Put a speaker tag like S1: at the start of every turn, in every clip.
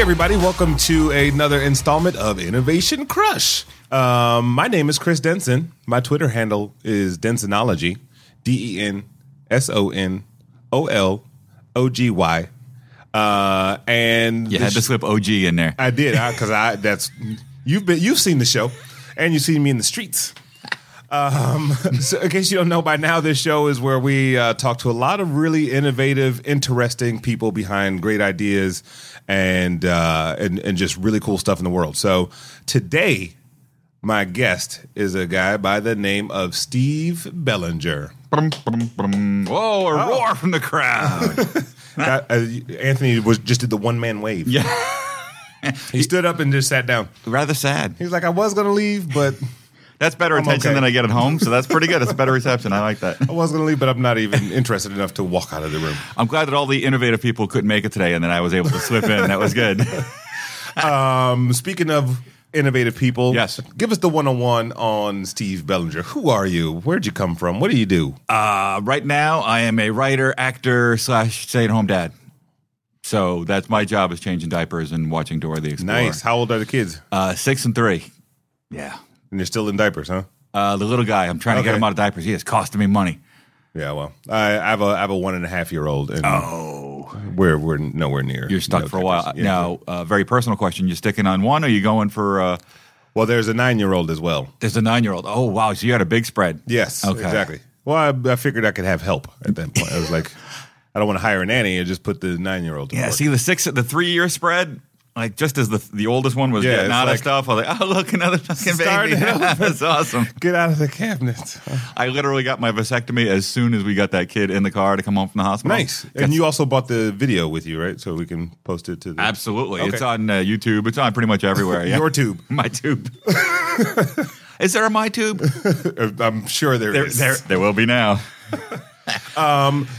S1: everybody. Welcome to another installment of Innovation Crush. Um, my name is Chris Denson. My Twitter handle is Densonology, D E N S O N O L O G Y. Uh, and
S2: You
S1: this-
S2: had to slip OG in there.
S1: I did because I, that's you've been you've seen the show, and you've seen me in the streets. Um, so in case you don't know by now, this show is where we uh, talk to a lot of really innovative, interesting people behind great ideas and uh, and and just really cool stuff in the world. So today, my guest is a guy by the name of Steve Bellinger.
S2: Brum, brum, brum. Oh. Whoa, a roar from the crowd.
S1: That- uh, Anthony was just did the one man wave.
S2: yeah.
S1: He stood up and just sat down.
S2: Rather sad.
S1: He was like, "I was gonna leave, but."
S2: That's better attention
S1: okay.
S2: than I get at home, so that's pretty good. It's better reception. I like that.
S1: I was going to leave, but I'm not even interested enough to walk out of the room.
S2: I'm glad that all the innovative people couldn't make it today and then I was able to slip in. That was good.
S1: Um, speaking of innovative people,
S2: Yes.
S1: give us the one on one on Steve Bellinger. Who are you? Where'd you come from? What do you do?
S2: Uh, right now, I am a writer, actor, slash stay at home dad. So that's my job is changing diapers and watching Dora the Explorer.
S1: nice. How old are the kids?
S2: Uh, six and three. Yeah.
S1: And they're still in diapers, huh?
S2: Uh, the little guy, I'm trying to
S1: Okay.
S2: get him out of diapers. He is costing me money.
S1: Yeah. Well, I, I have a I have a one and a half year old, and
S2: Oh.
S1: we're we're nowhere near.
S2: You're stuck
S1: no
S2: for a
S1: diapers.
S2: while.
S1: Yeah.
S2: Now, uh, very personal question. You sticking on one or you going for, uh,
S1: Well, there's a nine year old as well.
S2: there's a nine year old. Oh, wow. So you had a big spread.
S1: Yes.
S2: Okay.
S1: Exactly. Well, I, I figured I could have help at that point. I was like, I don't want to hire a nanny. I just put the nine year old.
S2: Yeah. See the six, the three year spread, like just as the the oldest one was
S1: Yeah,
S2: getting
S1: it's
S2: out
S1: like-
S2: of stuff, I was like, oh, look, another fucking
S1: Starting
S2: baby.
S1: over.
S2: That's awesome.
S1: Get out of the cabinet.
S2: I literally got my vasectomy as soon as we got that kid in the car to come home from the hospital.
S1: Nice. And you also bought the video with you, right? So we can post it to the
S2: Absolutely. It's
S1: Okay.
S2: on uh, YouTube. It's on pretty much everywhere. Yeah.
S1: your tube.
S2: my tube. Is there a my tube?
S1: uh, I'm sure there
S2: There,
S1: is.
S2: there, there will be now.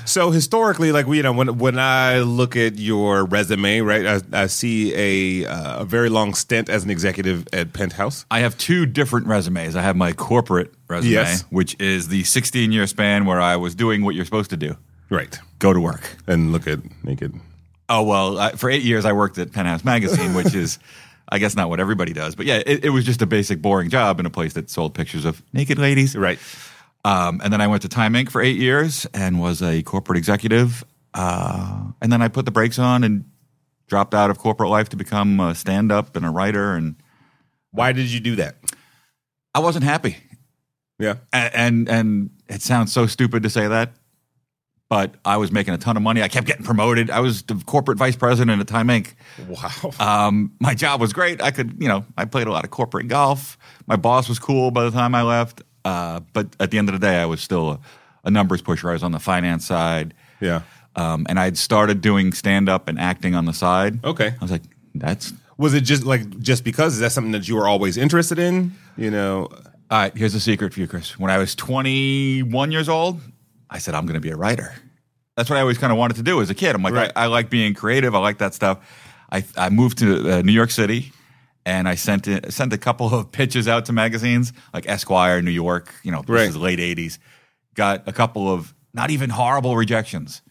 S1: So historically, like we, you know, when when I look at your resume, right, I, I see a uh, a very long stint as an executive at Penthouse.
S2: I have two different resumes. I have my corporate resume,
S1: Yes.
S2: which is the 16 year span where I was doing what you're supposed to do
S1: Right.
S2: go to work.
S1: And look at naked.
S2: Oh, well, I, for eight years, I worked at Penthouse Magazine, which is, I guess, not what everybody does. But yeah, it, it was just a basic, boring job in a place that sold pictures of naked ladies.
S1: Right.
S2: Um, and then I went to Time Inc. for eight years and was a corporate executive. Uh, and then I put the brakes on and dropped out of corporate life to become a stand up and a writer. And
S1: Why did you do that?
S2: I wasn't happy.
S1: Yeah.
S2: A- and and it sounds so stupid to say that, but I was making a ton of money. I kept getting promoted. I was the corporate vice president at Time Inc.
S1: Wow.
S2: Um, my job was great. I could, you know, I played a lot of corporate golf. My boss was cool by the time I left. Uh, but at the end of the day, I was still a, a numbers pusher. I was on the finance side.
S1: yeah.
S2: Um, and I had started doing stand up and acting on the side.
S1: Okay.
S2: I was like, that's
S1: Was it just like just because? Is that something that you were always interested in? You know.
S2: All right, here's a secret for you, Chris. When I was 21 years old, I said I'm going to be a writer. That's what I always kind of wanted to do as a kid. I'm like,
S1: Right.
S2: I, I like being creative. I like that stuff. I, I moved to uh, New York City, and I sent it, sent a couple of pitches out to magazines like Esquire, New York. You know, this
S1: Right.
S2: is the late 80s. Got a couple of not even horrible rejections.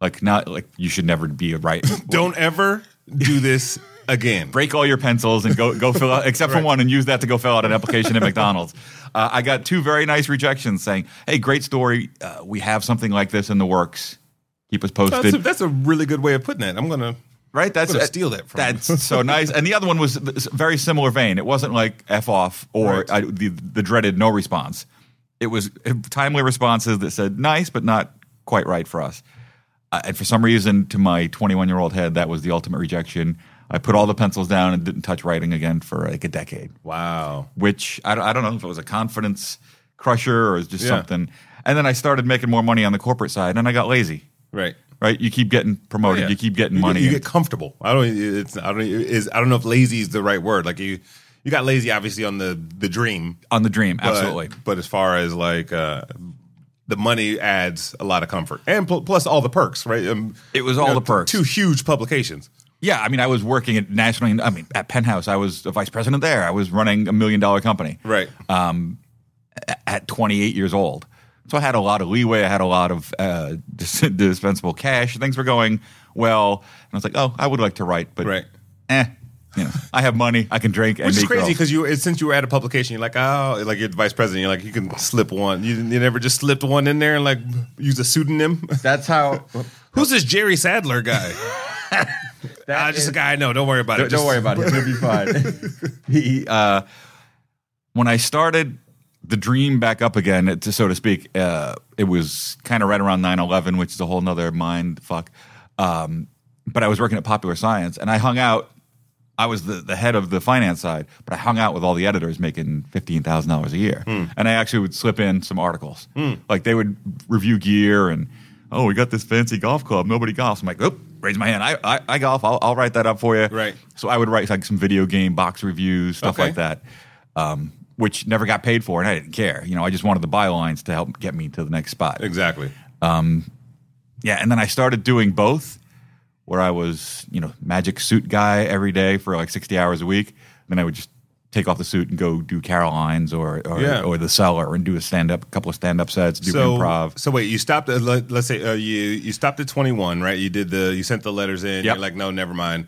S2: Like not like you should never be a writer.
S1: Don't ever do this again.
S2: break all your pencils and go go fill out except for one and use that to go fill out an application at McDonald's. Uh, I got two very nice rejections saying, "Hey, great story. Uh, we have something like this in the works. Keep us
S1: That's
S2: posted."
S1: a, that's a really good way of putting it. I'm gonna.
S2: right? That's
S1: I'm gonna steal that from you.
S2: That's so nice. And the other one was th- very similar vein. It wasn't like f off or
S1: Right.
S2: I, the the dreaded no response. It was uh, timely responses that said nice but not quite right for us. Uh, and for some reason, to my 21 year old head, that was the ultimate rejection. I put all the pencils down and didn't touch writing again for like a decade
S1: Wow.
S2: which I, don't- I don't know if it was a confidence crusher or it was just
S1: Yeah.
S2: something. And then I started making more money on the corporate side, and I got lazy.
S1: Right.
S2: Right? You keep getting promoted,
S1: Oh, Yeah.
S2: you keep getting
S1: You get-
S2: money.
S1: You get comfortable. I don't. It's. I don't. Is. I don't know if lazy is the right word. Like you. You got lazy, obviously, on the the dream.
S2: on the dream,
S1: but-
S2: absolutely.
S1: But as far as like uh, the money adds a lot of comfort, and pl- plus all the perks, right? Um,
S2: It was all the perks.
S1: Two huge publications.
S2: Yeah, I mean, I was working at nationally. I mean, at Penthouse, I was a vice president there. I was running a million dollar company.
S1: Right.
S2: Uh, at 28 years old. So I had a lot of leeway. I had a lot of uh, dis- dispensable cash. Things were going well, and I was like, "Oh, I would like to write, but
S1: Right.
S2: eh, you know, I have money, I can drink, and
S1: Which is
S2: meet
S1: crazy
S2: girls.
S1: because you it's- since you were at a publication, you're like, oh, like you're the vice president. You're like, you can slip one. You, you never just slipped one in there and like use a pseudonym.
S2: that's how.
S1: Who's this Jerry Sadler guy? Ah, just a guy I know. Don't worry about it.
S2: Don't, don't
S1: Just-
S2: worry about it. He'll be fine. he, uh, when I started the dream back up again, it- so to speak, uh, it was kind of right around 9 11, which is a whole nother mind fuck. Um, but I was working at Popular Science and I hung out. I was the, the head of the finance side, but I hung out with all the editors making $15,000 a year. And I actually would slip in some articles. Like they would review gear and, oh, we got this fancy golf club. Nobody golfs. I'm like, oop, raise my hand. I, I, I golf. I'll, I'll write that up for you.
S1: Right.
S2: So I would write like some video game box reviews, stuff
S1: Okay.
S2: like that, um, which never got paid for, and I didn't care. You know, I just wanted the bylines to help get me to the next spot.
S1: Exactly.
S2: Yeah, and then I started doing both, where I was you know magic suit guy every day for like sixty hours a week. Then I would just take off the suit and go do Caroline's or or,
S1: Yeah.
S2: or the cellar and do a stand up, couple of stand up sets, do
S1: so,
S2: improv.
S1: So wait, you stopped. At, let, us say uh, you you stopped at twenty one, right? You did the you sent the letters in.
S2: Yep.
S1: You're like, no, never mind.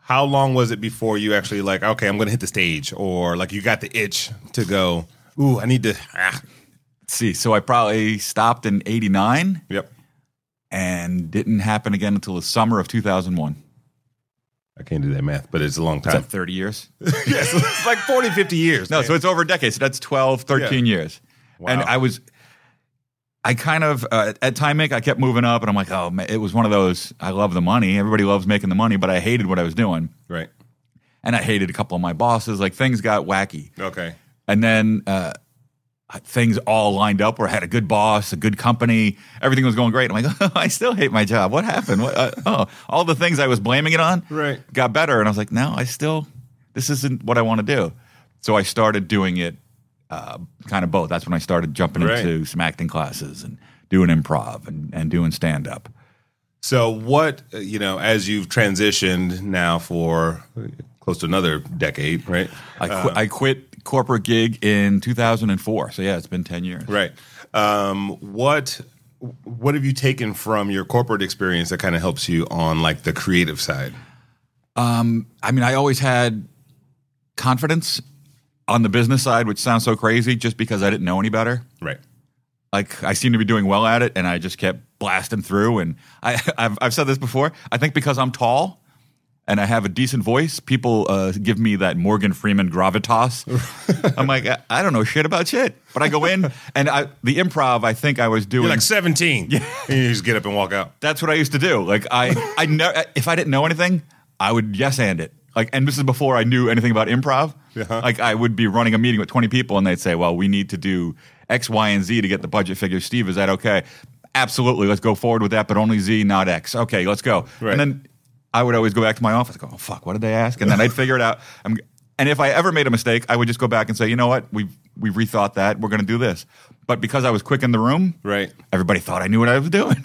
S1: How long was it before you actually like, okay, I'm going to hit the stage, or like you got the itch to go? Ooh, I need to. ah.
S2: Let's see, so I probably stopped in eighty nine
S1: Yep,
S2: and didn't happen again until the summer of two thousand one.
S1: I can't do that math, but it's a long
S2: Is
S1: time.
S2: that thirty years?
S1: yes, it's like 40, 50 years.
S2: No, so it's over a decade. So that's 12, 13 years. And
S1: Wow.
S2: I was, I kind of, uh, at Time Inc., I kept moving up and I'm like, oh, man, it was one of those, I love the money. Everybody loves making the money, but I hated what I was doing.
S1: right.
S2: And I hated a couple of my bosses. Like things got wacky.
S1: Okay.
S2: And then uh, things all lined up where I had a good boss, a good company, everything was going great. I'm like, oh, I still hate my job. What happened? What, uh, oh, all the things I was blaming it on
S1: Right.
S2: got better. And I was like, no, I still, this isn't what I want to do. So I started doing it uh, kind of both. That's when I started jumping
S1: Right.
S2: into some acting classes and doing improv and, and doing stand up.
S1: So what uh, you know, as you've transitioned now for close to another decade, right?
S2: I, qui- I quit corporate gig in 2004. So yeah, it's been 10 years.
S1: Right. Um, what what have you taken from your corporate experience that kind of helps you on like the creative side?
S2: I mean, I always had confidence on the business side, which sounds so crazy just because I didn't know any better.
S1: Right.
S2: Like I seemed to be doing well at it and I just kept blasting through. And I, I've, I've said this before. I think because I'm tall and I have a decent voice, people uh, give me that Morgan Freeman gravitas. I'm like, I, I don't know shit about shit, but I go in and I, the improv, I think I was doing
S1: You're like 17. Yeah. And you just get up and walk out.
S2: that's what I used to do. Like I, I know if I didn't know anything, I would yes and it. Like, and this is before I knew anything about improv.
S1: Uh-huh.
S2: Like I would be running a meeting with twenty people, and they'd say, "Well, we need to do X, Y, and Z to get the budget figure." Steve, is that okay? Absolutely, let's go forward with that, but only Z, not X. Okay, let's go.
S1: Right.
S2: And then I would always go back to my office, go, "Oh fuck, what did they ask?" And then I'd figure it out. I'm, and if I ever made a mistake, I would just go back and say, "You know what? We we rethought that. We're going to do this." But because I was quick in the room,
S1: Right.
S2: everybody thought I knew what I was doing.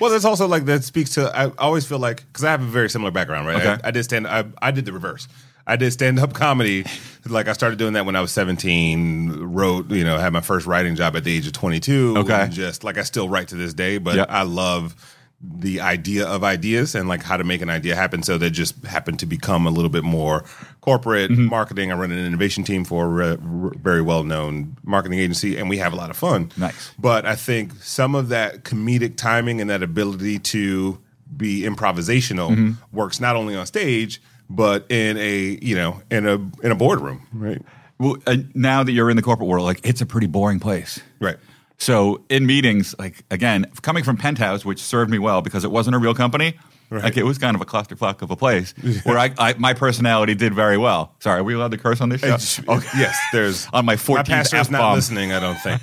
S1: Well, that's also like that speaks to. I always feel like because I have a very similar background, right?
S2: Okay.
S1: I, I did stand. I, I did the reverse. I did stand up comedy. Like I started doing that when I was seventeen. Wrote, you know, had my first writing job at the age of twenty two.
S2: Okay.
S1: and just like I still write to this day, but
S2: Yeah.
S1: I love the idea of ideas and like how to make an idea happen. So they just happened to become a little bit more corporate
S2: Mm-hmm.
S1: marketing. I run an innovation team for a re- re- very well known marketing agency, and we have a lot of fun.
S2: Nice.
S1: But I think some of that comedic timing and that ability to be improvisational
S2: Mm-hmm.
S1: works not only on stage but in a you know in a in a boardroom, right?
S2: Well, uh, now that you're in the corporate world, like it's a pretty boring place.
S1: Right.
S2: So in meetings, like again, coming from Penthouse, which served me well because it wasn't a real company, like it was kind of a clusterfuck of a place where I, I my personality did very well. Sorry, are we allowed to curse on this show? Uh, Oh, Okay.
S1: Yes, there's
S2: On my
S1: my
S2: 14th
S1: pastor's not
S2: F-bomb. Uh,
S1: listening. I don't think.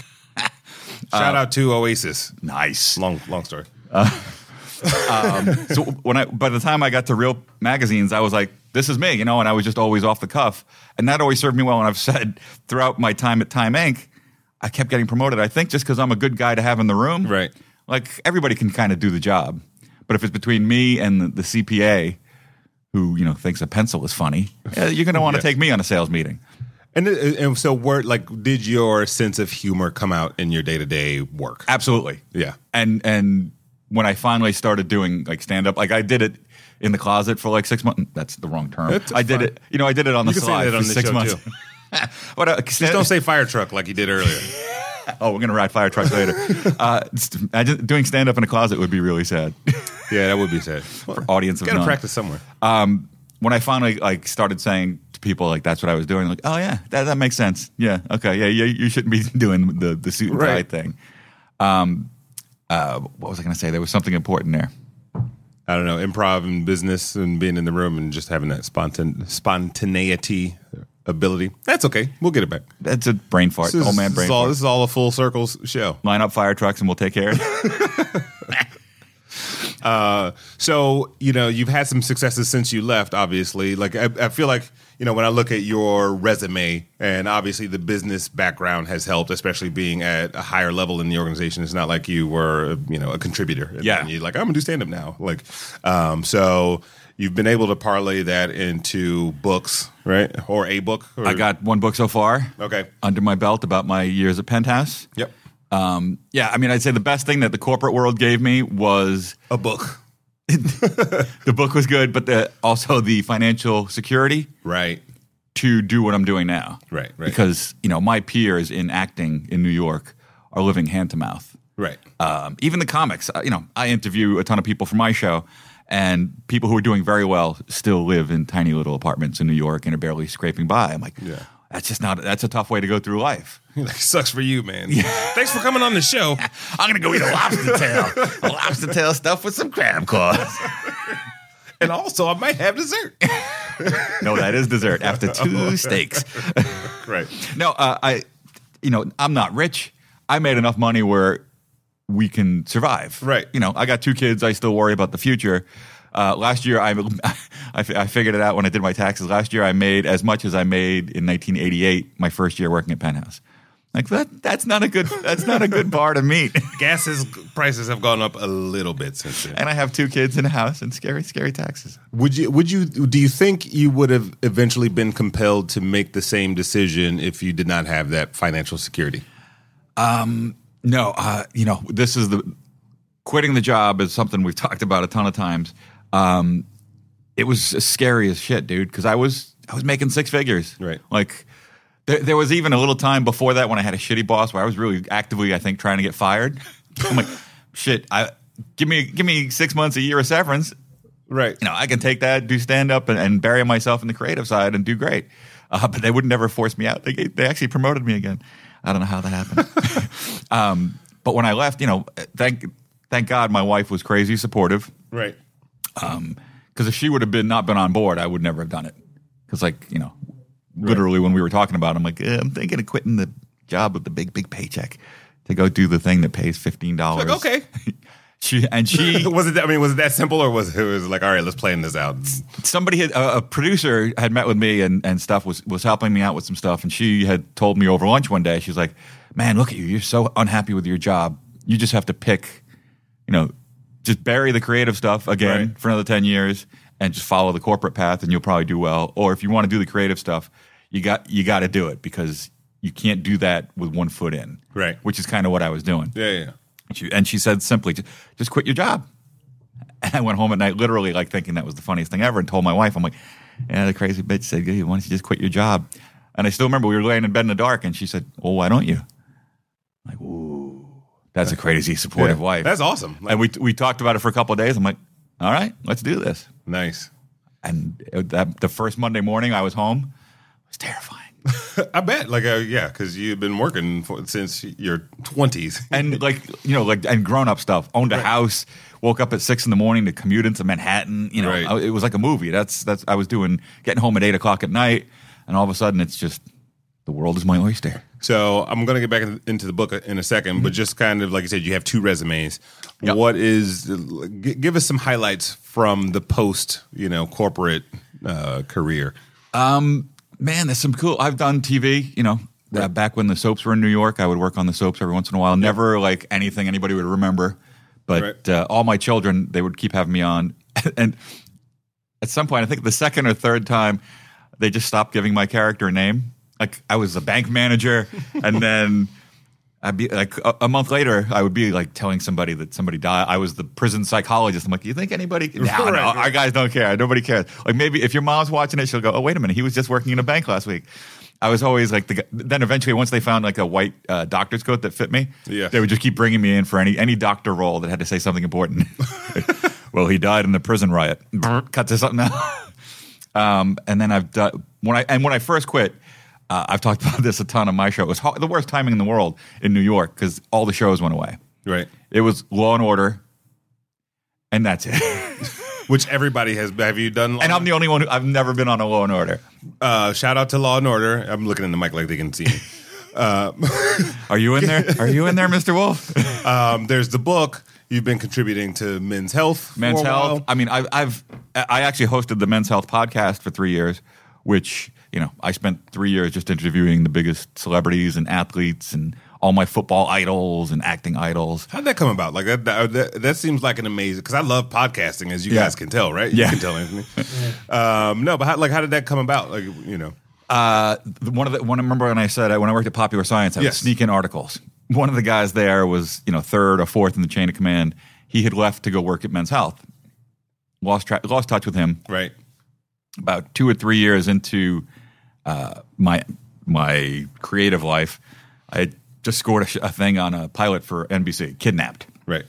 S1: Shout out to Oasis.
S2: Nice.
S1: Long long story.
S2: Um, so when I by the time I got to real magazines, I was like, this is me, you know, and I was just always off the cuff. And that always served me well. And I've said throughout my time at Time Inc., I kept getting promoted. I think just because I'm a good guy to have in the room.
S1: Right.
S2: Like everybody can kind of do the job. But if it's between me and the, the CPA who, you know, thinks a pencil is funny, eh, you're gonna want to
S1: Yes.
S2: take me on a sales meeting.
S1: And it- and so where like did your sense of humor come out in your day to day work?
S2: Absolutely.
S1: Yeah.
S2: And and when I finally started doing like stand up, like I did it in the closet for like six months. Mm, That's the wrong term.
S1: It's
S2: I did
S1: fine.
S2: it. You know, I did it on the
S1: You can say
S2: slide
S1: that on
S2: for
S1: the
S2: six
S1: show,
S2: months.
S1: too.
S2: what a,
S1: Just don't say fire truck like you did earlier.
S2: Oh, we're gonna ride fire truck later. uh, st- imagine doing stand up in a closet would be really sad.
S1: yeah, that would be sad.
S2: For audience of
S1: Got to
S2: none.
S1: practice somewhere.
S2: um, when I finally like started saying to people like that's what I was doing, like oh yeah, that, that makes sense. Yeah, okay, yeah, yeah, you shouldn't be doing the the suit and tie
S1: Right.
S2: thing. Um, uh, what was I going to say? There was something important there.
S1: I don't know, improv and business and being in the room and just having that spontan- spontaneity ability. That's okay. We'll get it back.
S2: That's a brain fart.
S1: This is,
S2: Old man
S1: this
S2: brain
S1: is all,
S2: fart.
S1: this is all a full circles show.
S2: Line up fire trucks and we'll take care of it.
S1: Uh, so you know you've had some successes since you left. Obviously, like I, I feel like you know when I look at your resume, and obviously the business background has helped, especially being at a higher level in the organization. It's not like you were you know a contributor. And
S2: Yeah.
S1: then you're like I'm gonna do stand up now. Like, um, so you've been able to parlay that into books, right? Or a book. Or,
S2: I got one book so far
S1: okay.
S2: under my belt about my years at Penthouse.
S1: Yep,
S2: Um, yeah, I mean, I'd say the best thing that the corporate world gave me was
S1: a book.
S2: the book was good, but the, also the financial security
S1: Right,
S2: to do what I'm doing now.
S1: Right, right.
S2: Because, you know, my peers in acting in New York are living hand to mouth.
S1: right,
S2: Um, even the comics, uh, you know, I interview a ton of people for my show, and people who are doing very well still live in tiny little apartments in New York and are barely scraping by. I'm like,
S1: Yeah.
S2: that's just not, that's a tough way to go through life.
S1: like sucks for you, man. Thanks for coming on the show.
S2: I'm going to go eat a lobster tail, a lobster tail stuff with some crab claws.
S1: and also, I might have dessert.
S2: no, that is dessert after two steaks.
S1: right.
S2: No, uh, I, you know, I'm not rich. I made enough money where we can survive.
S1: Right.
S2: You know, I got two kids. I still worry about the future. Uh, last year, I, I, fi- I figured it out when I did my taxes. Last year, I made as much as I made in 1988, my first year working at Penthouse. Like that, that's not a good. That's not a good bar to meet.
S1: Gases prices have gone up a little bit since then.
S2: And I have two kids in a house and scary, scary taxes.
S1: Would you? Would you? Do you think you would have eventually been compelled to make the same decision if you did not have that financial security?
S2: No, uh, you know, this is the quitting the job is something we've talked about a ton of times. Um, it was scary as shit, dude, because I was I was making six figures.
S1: Right.
S2: Like there, there was even a little time before that when I had a shitty boss where I was really actively, I think, trying to get fired. I'm like, shit, I give me give me six months, a year of severance.
S1: Right.
S2: You know, I can take that, do stand up, and, and bury myself in the creative side and do great. Uh, but they would never force me out. They, they actually promoted me again. I don't know how that happened. Um, but when I left, you know, thank thank God my wife was crazy supportive
S1: Right.
S2: because if she would have been not been on board, I would never have done it. Because like you know, literally when we were talking about, it, I'm like, eh, I'm thinking of quitting the job with the big big paycheck to go do the thing that pays fifteen dollars.
S1: Like, okay.
S2: She and she
S1: was it? That, I mean, was it that simple, or was it, it was like, all right, let's plan this out?
S2: somebody had a, a producer had met with me and, and stuff was was helping me out with some stuff and she had told me over lunch one day she's like man look at you you're so unhappy with your job you just have to pick you know just bury the creative stuff again
S1: Right.
S2: for another 10 years and just follow the corporate path and you'll probably do well or if you want to do the creative stuff you got you got to do it because you can't do that with one foot in
S1: Right.
S2: which is kind of what i was doing
S1: Yeah. Yeah.
S2: and she, and she said simply, "Ju- just quit your job. And I went home at night, literally like thinking that was the funniest thing ever, and told my wife, I'm like, yeah, the crazy bitch said, "Hey, why don't you just quit your job? And I still remember we were laying in bed in the dark, and she said, well, why don't you? I'm like, ooh, that's a crazy supportive
S1: Yeah.
S2: wife.
S1: That's awesome. Like,
S2: and we, we talked about it for a couple of days. I'm like, all right, let's do this.
S1: nice.
S2: And it- that, the first Monday morning I was home, it was terrifying.
S1: I bet. Like, uh, yeah, because you've been working for, since your twenties.
S2: and like you know like and grown up stuff owned a house woke up at six in the morning to commute into manhattan you know
S1: Right.
S2: I- it was like a movie that's that's i was doing getting home at eight o'clock at night and all of a sudden it's just the world is my oyster
S1: So I'm going to get back in- into the book uh, in a 2nd but just kind of like you said, you have two resumes.
S2: Mm-hmm. Yep.
S1: What is? g- Give us some highlights from the post, you know, corporate uh, career.
S2: um man there's some cool i've done tv you know uh, back when the soaps were in new york i would work on the soaps every once in a while never like anything anybody would remember but
S1: Right.
S2: uh, all my children they would keep having me on and at some point, I think the second or third time, they just stopped giving my character a name. Like I was a bank manager, and then I'd be like a, a month later, I would be like telling somebody that somebody died. I was the prison psychologist. I'm like, you think anybody? No, no,
S1: Right, right.
S2: our guys don't care. Nobody cares. Like maybe if your mom's watching it, she'll go, oh wait a minute, he was just working in a bank last week. I was always like the. g- Then eventually, once they found like a white uh, doctor's coat that fit me,
S1: Yeah.
S2: they would just keep bringing me in for any any doctor role that had to say something important. well, he died in the prison riot. Cut to something else. Um, and then I've done when I and when I first quit, uh, I've talked about this a ton on my show. It was ho- the worst timing in the world in New York because all the shows went away.
S1: Right.
S2: It was Law and Order, and that's it.
S1: Which everybody has. Have you done? Law
S2: and I'm the only one who I've never been on a Law and Order.
S1: uh, shout out to Law and Order. I'm looking in the mic like they can see me.
S2: Are you in there? Are you in there, Mr. Wolf?
S1: Um, there's the book. You've been contributing to Men's Health. for
S2: Men's
S1: a
S2: Health.
S1: while.
S2: I mean, I've, I've I actually hosted the Men's Health podcast for three years, which you know I spent three years just interviewing the biggest celebrities and athletes and all my football idols and acting idols.
S1: How'd that come about? Like that, that, that- that seems like an amazing because I love podcasting, as you
S2: Yeah.
S1: guys can tell, right?
S2: Yeah.
S1: you can tell Anthony. um, no, but how, like, how did that come about? Like, you know,
S2: Uh, the- one of the one I remember when I said I, when I worked at Popular Science, I would
S1: Yes.
S2: sneak in articles. One of the guys there was you know third or fourth in the chain of command. He had left to go work at Men's Health. Lost track, lost touch with him.
S1: right?
S2: about two or three years into uh, my my creative life, I had just scored a, sh- a thing on a pilot for NBC, Kidnapped.
S1: Right.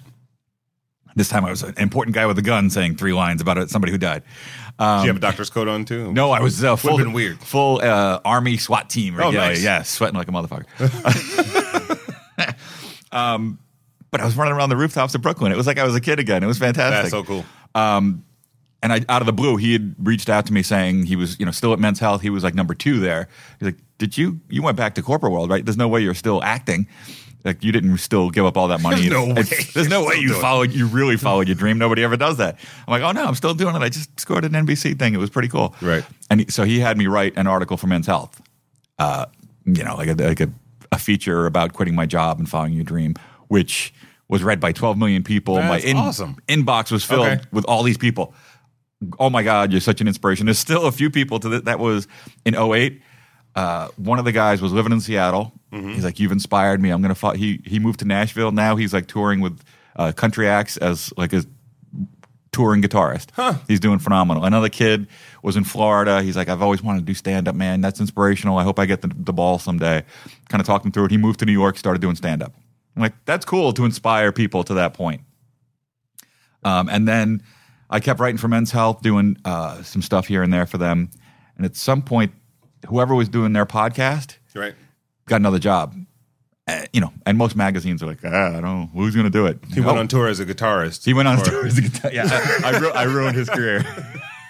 S2: This time I was an important guy with a gun saying three lines about it, somebody who died. Um,
S1: Do you have a doctor's coat on too?
S2: No, I was uh, full,
S1: been weird.
S2: full uh, army SWAT team.
S1: Oh,
S2: yeah,
S1: nice.
S2: yeah, sweating like a motherfucker. um, but I was running around the rooftops of Brooklyn. It was like I was a kid again. It was
S1: that's
S2: fantastic.
S1: so cool.
S2: and I, out of the blue, he had reached out to me saying he was, you know, still at Men's Health. He was like number two there. He's like, "Did you? You went back to corporate world, right? There's no way you're still acting. Like you didn't still give up all that money.
S1: There's no way.
S2: there's no way
S1: Still
S2: you
S1: doing it.
S2: followed. You really followed your dream. Nobody ever does that. I'm like, oh no, I'm still doing it. I just scored an NBC thing. It was pretty cool.
S1: Right.
S2: And he- so he had me write an article for Men's Health. Uh, you know, like a, like a, a feature about quitting my job and following your dream, which was read by 12 million people. my
S1: That's awesome.
S2: um, inbox was filled
S1: Okay.
S2: with all these people oh my god you're such an inspiration there's still a few people to th- that was in 08 uh, one of the guys was living in seattle he's like you've inspired me i'm gonna fo-. he he moved to nashville now he's like touring with uh, country acts as like a touring guitarist he's doing phenomenal another kid was in florida he's like i've always wanted to do stand-up man that's inspirational i hope i get the, the ball someday kind of talked him through it he moved to new york started doing stand-up i'm like that's cool to inspire people to that point um, and then I kept writing for Men's Health, doing uh, some stuff here and there for them. And at some point, whoever was doing their podcast
S1: Right.
S2: got another job. Uh, you know, and most magazines are like, ah, I don't know, who's going to do it?
S1: He went on tour as a guitarist.
S2: He went on
S1: Or-
S2: tour as a guitar. Yeah, I, I, ru- I ruined his career.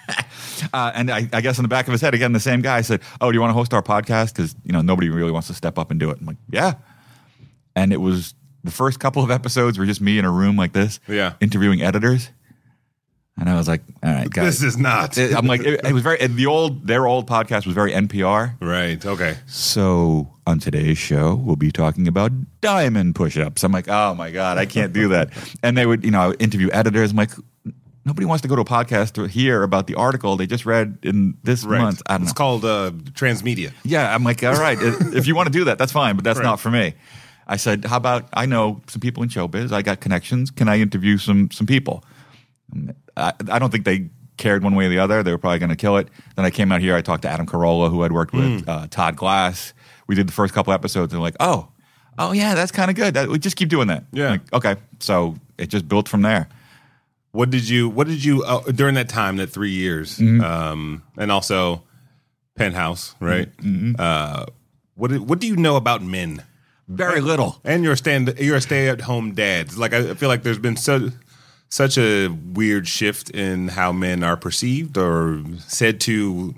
S2: Uh, and I, I guess in the back of his head, again, the same guy said, "Oh, do you want to host our podcast? Because you know nobody really wants to step up and do it." I'm like, "Yeah." And it was the first couple of episodes were just me in a room like this,
S1: Yeah.
S2: interviewing editors, and I was like, "All right, guys,
S1: This is not
S2: I'm like, it, it was very the old their old podcast was very NPR.
S1: right. Okay.
S2: So on today's show, we'll be talking about diamond push-ups. I'm like, oh my god, I can't do that. and they would, you know, I would interview editors. I'm like, nobody wants to go to a podcast to hear about the article they just read in this
S1: Right.
S2: month. I don't
S1: it's
S2: know.
S1: called uh, transmedia.
S2: yeah, I'm like, all right, i- if you want to do that, that's fine, but that's
S1: Right.
S2: not for me. I said, how about I know some people in showbiz. I got connections. Can I interview some some people? I, I don't think they cared one way or the other. They were probably going to kill it. Then I came out here. I talked to Adam Carolla, who I'd worked with, uh, Todd Glass. We did the first couple episodes, and they're like, "Oh, oh yeah, that's kind of good. That, we just keep doing that."
S1: Yeah.
S2: Like, okay. So it just built from there.
S1: What did you? What did you uh, during that time? That three years, um, and also Penthouse, right? Uh, what do- What do you know about men?
S2: Very little.
S1: And you're a stand. You're a stay at home dad. Like I feel like there's been so such a weird shift in how men are perceived or said to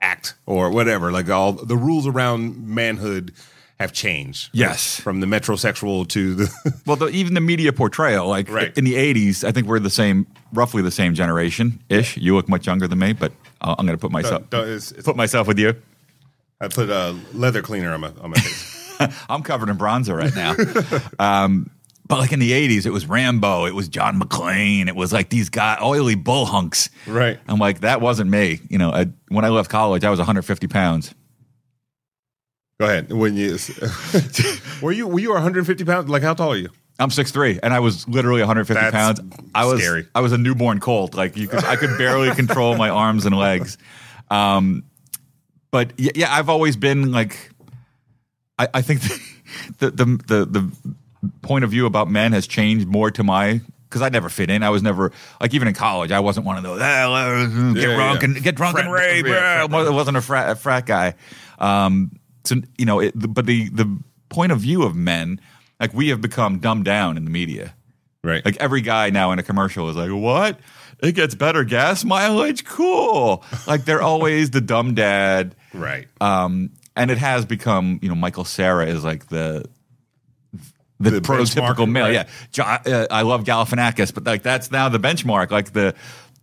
S1: act or whatever. Like all the rules around manhood have changed.
S2: Yes.
S1: from the metrosexual to the
S2: Well, the, even the media portrayal, like
S1: Right.
S2: in the '80s, I think we're the same, roughly the same generation ish. You look much younger than me, but I'll, I'm going to put myself
S1: don't- it's- it's-
S2: put myself with you.
S1: I put a leather cleaner on my on my face.
S2: I'm covered in bronzer right now. um, but like in the 80s, it was Rambo, it was John McClane, it was like these guy oily bull hunks.
S1: Right.
S2: I'm like, that wasn't me. You know, I, when I left college, I was 150 pounds.
S1: Go ahead. When you were you were you 150 pounds? Like how tall are you?
S2: I'm 6'3", and I was literally 150
S1: That's
S2: pounds. I was
S1: scary.
S2: I was a newborn colt. Like you could, I could barely control my arms and legs. Um, but yeah, yeah, I've always been like, I, I think the, the the the point of view about men has changed more to my because I never fit in. I was never like even in college. I wasn't one of those "Ah, get
S1: Yeah,
S2: drunk
S1: yeah.
S2: and get drunk and
S1: Frat-
S2: rave.
S1: yeah,
S2: Yeah,
S1: frat
S2: I wasn't a frat, a frat guy. Um, so you know, it, but the the point of view of men, like we have become dumbed down in the media.
S1: Right.
S2: Like every guy now in a commercial is like, "What? It gets better gas mileage? Cool!" Like they're always the dumb dad,
S1: right.
S2: um, and it has become you know Michael Sarah is like the the,
S1: The
S2: prototypical
S1: benchmark,
S2: male.
S1: right?
S2: Yeah, jo- uh, I love Galifianakis, but like that's now the benchmark. Like the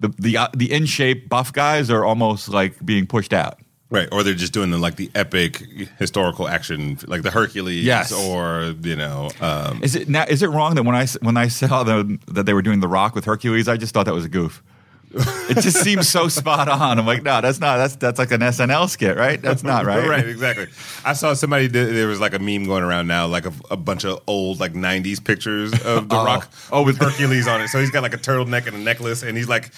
S2: the the uh, the in shape buff guys are almost like being pushed out.
S1: Right, or they're just doing the like the epic historical action, like the Hercules,
S2: Yes.
S1: or you know, um,
S2: Is it now? Is it wrong that when I s- when I saw them that they were doing The Rock with Hercules, I just thought that was a goof. it just seems so spot on. I'm like, no, that's not. That's that's like an SNL skit, right? That's not right.
S1: right, exactly. I saw somebody did, there was like a meme going around now, like a, a bunch of old like '90s pictures of The
S2: Oh.
S1: Rock,
S2: Oh, with-
S1: Hercules on it. So he's got like a turtleneck and a necklace, and he's like.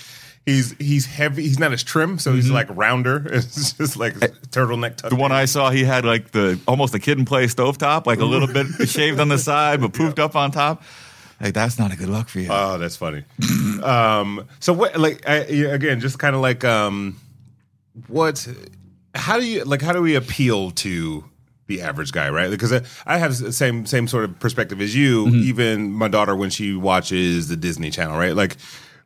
S1: He's he's heavy. He's not as trim, so
S2: Mm-hmm.
S1: he's like rounder. It's just like turtleneck.
S2: The
S1: tucked
S2: one
S1: in.
S2: I saw, he had like the almost a kid and play stovetop, like a little bit shaved on the side, but poofed up on top. Like that's not a good look for you.
S1: Oh, that's funny. um, so what? Like I, yeah, again, just kind of like um, what? How do you like? How do we appeal to the average guy? Right? Because I, I have the same same sort of perspective as you. Even my daughter when she watches the Disney Channel, right? Like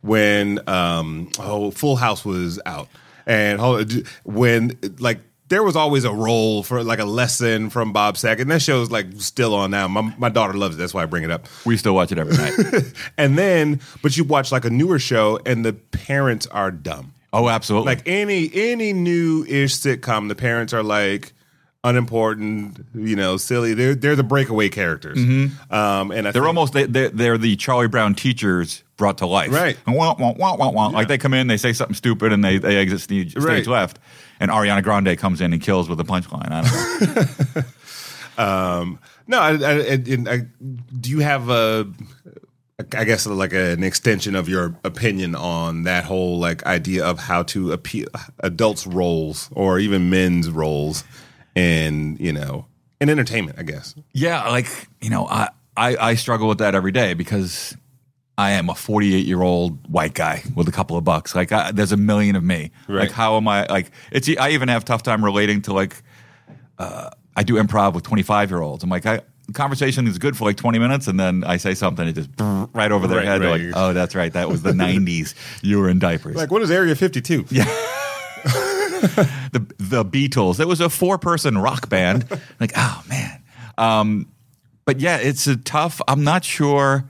S1: when um, oh, Full House was out, and hold- when like. There was always a role for like a lesson from Bob Saget, and that show's like still on now. My, my daughter loves it, that's why I bring it up
S2: we still watch it every night.
S1: and then but you watch like a newer show and the parents are dumb
S2: oh, absolutely.
S1: like any any new-ish sitcom the parents are like unimportant you know silly they're they're the breakaway characters um and I
S2: they're
S1: think-
S2: almost they, they're, they're the Charlie Brown teachers brought to life.
S1: Right.
S2: Wah, wah, wah, wah, wah. Like they come in, they say something stupid, and they, they exit stage, stage
S1: Right.
S2: left. And Ariana Grande comes in and kills with a punchline. I don't know.
S1: um no I, I, I, I do you have a I guess like a, an extension of your opinion on that whole like idea of how to appeal adults' roles or even men's roles in you know in entertainment. I guess
S2: Yeah, like you know, I, I I struggle with that every day because I am a 48 year old white guy with a couple of bucks. Like, I, there's a million of me.
S1: Right.
S2: Like, how am I? Like, it's I even have tough time relating to like uh, I do improv with 25 year olds. I'm like, I the conversation is good for like 20 minutes, and then I say something, it just brrr, right over their
S1: Right,
S2: head.
S1: right.
S2: They're like, oh, that's right, that was the 90s. You were in diapers.
S1: Like, what is Area 52? Yeah.
S2: the the Beatles. It was a four person rock band. like, oh man. Um, but yeah, it's a tough. I'm not sure.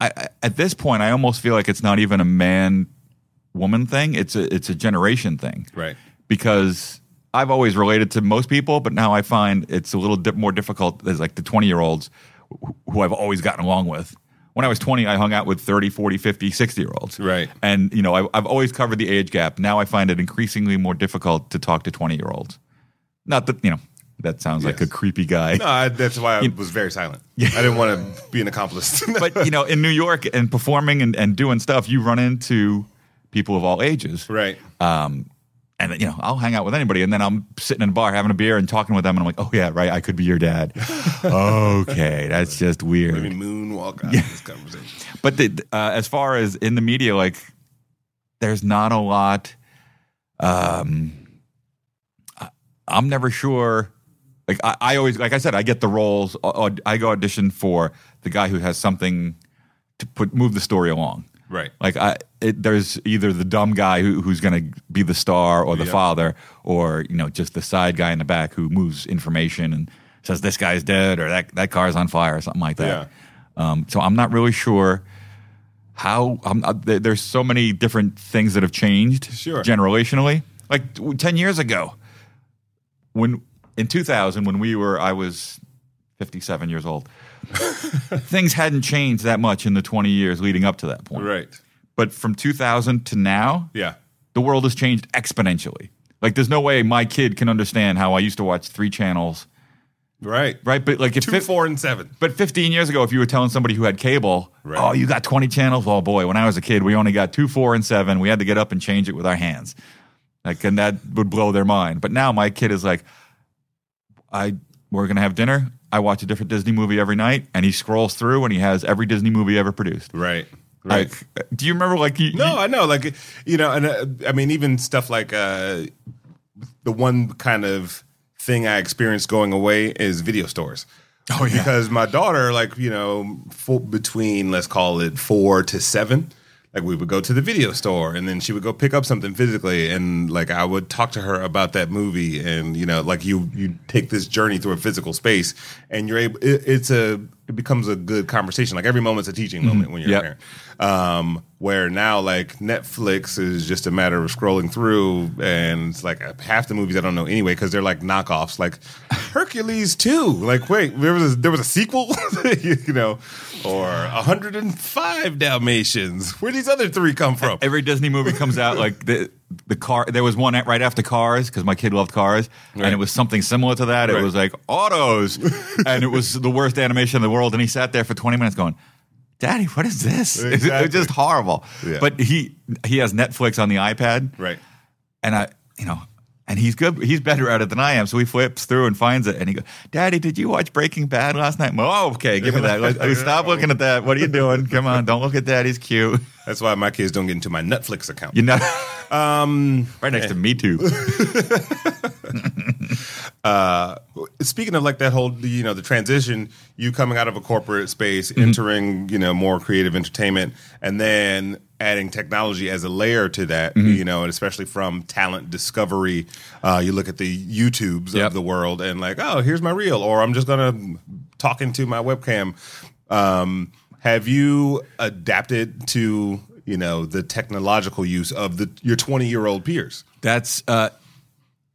S2: I, I, at this point, I almost feel like it's not even a man woman thing. It's a it's a generation thing,
S1: Right.
S2: Because I've always related to most people, but now I find it's a little di- more difficult. There's like the 20 year olds wh- who I've always gotten along with. When I was 20, I hung out with 30, 40, 50, 60 year olds.
S1: Right.
S2: And, you know, I, I've always covered the age gap. Now I find it increasingly more difficult to talk to 20 year olds. Not that, you know, that sounds like a
S1: Yes.
S2: creepy guy.
S1: No, I, Uh, that's why I was very silent. I didn't want to be an accomplice.
S2: but, you know, in New York and performing and, and doing stuff, you run into people of all ages.
S1: right.
S2: Um, and you know, I'll hang out with anybody, and then I'm sitting in a bar having a beer and talking with them, and I'm like, "Oh yeah, right, I could be your dad." okay, that's just
S1: I
S2: weird.
S1: mean, moonwalk out of this conversation.
S2: But the, uh, as far as in the media, like, there's not a lot. Um, I- I'm never sure. Like I, I always, like I said, I get the roles. au- au- I go audition for the guy who has something to put move the story along.
S1: Right.
S2: Like I, it, there's either the dumb guy who, who's going to be the star or the
S1: Yeah.
S2: father, or you know, just the side guy in the back who moves information and says this guy's dead or that that car's on fire or something like that. Um, so I'm not really sure how. I'm, uh, there- there's so many different things that have changed
S1: Sure.
S2: generationally. Like t- ten years ago, when in 2000, when we were, I was 57 years old. things hadn't changed that much in the 20 years leading up to that point
S1: Right.
S2: but from 2000 to now,
S1: Yeah.
S2: the world has changed exponentially. Like, there's no way my kid can understand how I used to watch three channels,
S1: Right.
S2: right? But like, if
S1: Two,
S2: fif-
S1: four, and seven.
S2: but 15 years ago, if you were telling somebody who had cable,
S1: Right.
S2: oh, you got 20 channels. Oh boy, when I was a kid, we only got two, four, and seven. We had to get up and change it with our hands. Like, and that would blow their mind. But now my kid is like, I we're gonna have dinner. I watch a different Disney movie every night, and he scrolls through, and he has every Disney movie ever produced.
S1: Right. Right.
S2: Like, uh, do you remember? Like, you,
S1: No, I know. Like you know, and uh, I mean, even stuff like uh, the one kind of thing I experienced going away is video stores. Oh yeah, because my daughter, like you know, fo between let's call it four to seven. Like we would go to the video store, and then she would go pick up something physically, and like I would talk to her about that movie, and you know, like you you take this journey through a physical space, and you're able. It, it's a it becomes a good conversation. Like every moment's a teaching moment when you're
S2: Yep.
S1: a parent um, where now like Netflix is just a matter of scrolling through, and it's like uh, half the movies I don't know anyway because they're like knockoffs, like Hercules Two. Like, wait, there was a, there was a sequel, you know, or 105 Dalmatians. Where these other three come from?
S2: every Disney movie comes out like the the car. There was one at- right after Cars because my kid loved Cars, and it was something similar to that. It
S1: Right.
S2: was like autos, and it was the worst animation in the world. And he sat there for twenty minutes going, "Daddy, what is this?" It
S1: Exactly.
S2: was just horrible.
S1: Yeah.
S2: But he he has Netflix on the iPad,
S1: Right.
S2: and I, you know, and he's good. He's better at it than I am. So he flips through and finds it, and he goes, "Daddy, did you watch Breaking Bad last night?" I'm, Oh, okay, give me that. Like, Stop looking at that. What are you doing? Come on, don't look at that. He's cute.
S1: That's why my kids don't get into my Netflix account.
S2: You know, um, right next to me too.
S1: Uh, speaking of like that whole you know the transition you coming out of a corporate space
S2: Mm-hmm.
S1: entering you know more creative entertainment and then adding technology as a layer to that
S2: Mm-hmm.
S1: you know and especially from talent discovery uh, you look at the youtubes
S2: Yep.
S1: of the world and like oh here's my reel or i'm just gonna talk into my webcam um, have you adapted to you know the technological use of the your 20 year old peers
S2: That's uh,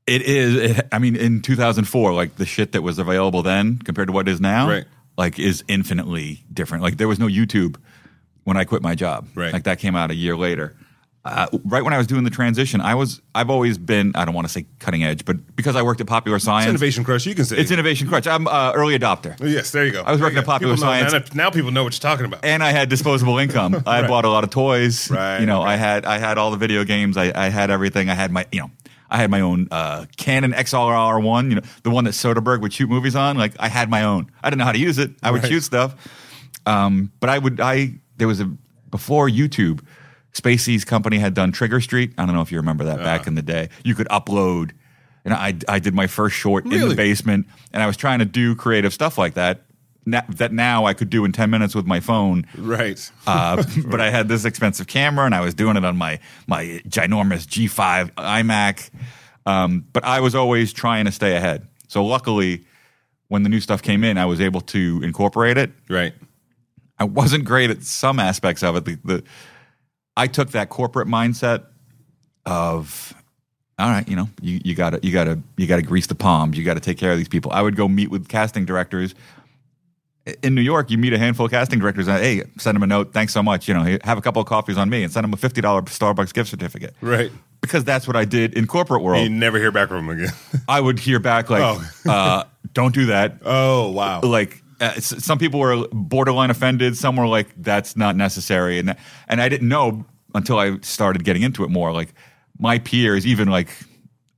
S2: it is. It, I mean, in 2004, like the shit that was available then compared to what is now,
S1: Right.
S2: like is infinitely different. Like there was no YouTube when I quit my job.
S1: Right.
S2: Like that came out a year later. Uh, right when I was doing the transition, I was I've always been I don't want to say cutting edge, but because I worked at Popular Science,
S1: innovation crush you can say
S2: it's innovation crutch. I'm uh, early adopter.
S1: Yes, there you go. I
S2: was working at Popular Science.
S1: Now, now people know what you're talking about.
S2: and I had disposable income. I bought a lot of toys.
S1: Right,
S2: You know,
S1: right.
S2: I had I had all the video games. I, I had everything. I had my you know I had my own uh, Canon XLR one. You know, the one that Soderbergh would shoot movies on. Like I had my own. I didn't know how to use it. I would
S1: Right.
S2: shoot stuff. Um, but I would I there was a before YouTube. Spacey's company had done Trigger Street. I don't know if you remember that back in the day. You could upload, and I, I did my first short in the
S1: Really?
S2: basement, and I was trying to do creative stuff like that. na- that now I could do in ten minutes with my phone,
S1: right.
S2: uh, but I had this expensive camera and I was doing it on my my ginormous G5 iMac. Um, but I was always trying to stay ahead. So luckily, when the new stuff came in, I was able to incorporate it.
S1: Right.
S2: I wasn't great at some aspects of it. The, the I took that corporate mindset of all right, you know, you, you gotta you gotta you gotta grease the palms, you gotta take care of these people. I would go meet with casting directors. In New York, you meet a handful of casting directors and hey, send them a note, thanks so much. You know, have a couple of coffees on me and send them a fifty dollar Starbucks gift certificate.
S1: Right.
S2: Because that's what I did in corporate
S1: You
S2: world.
S1: never hear back from them again.
S2: I would hear back like,
S1: Oh.
S2: uh, don't do that
S1: oh wow.
S2: like uh, s- some people were borderline offended some were like that's not necessary and and I didn't know until I started getting into it more like my peers even like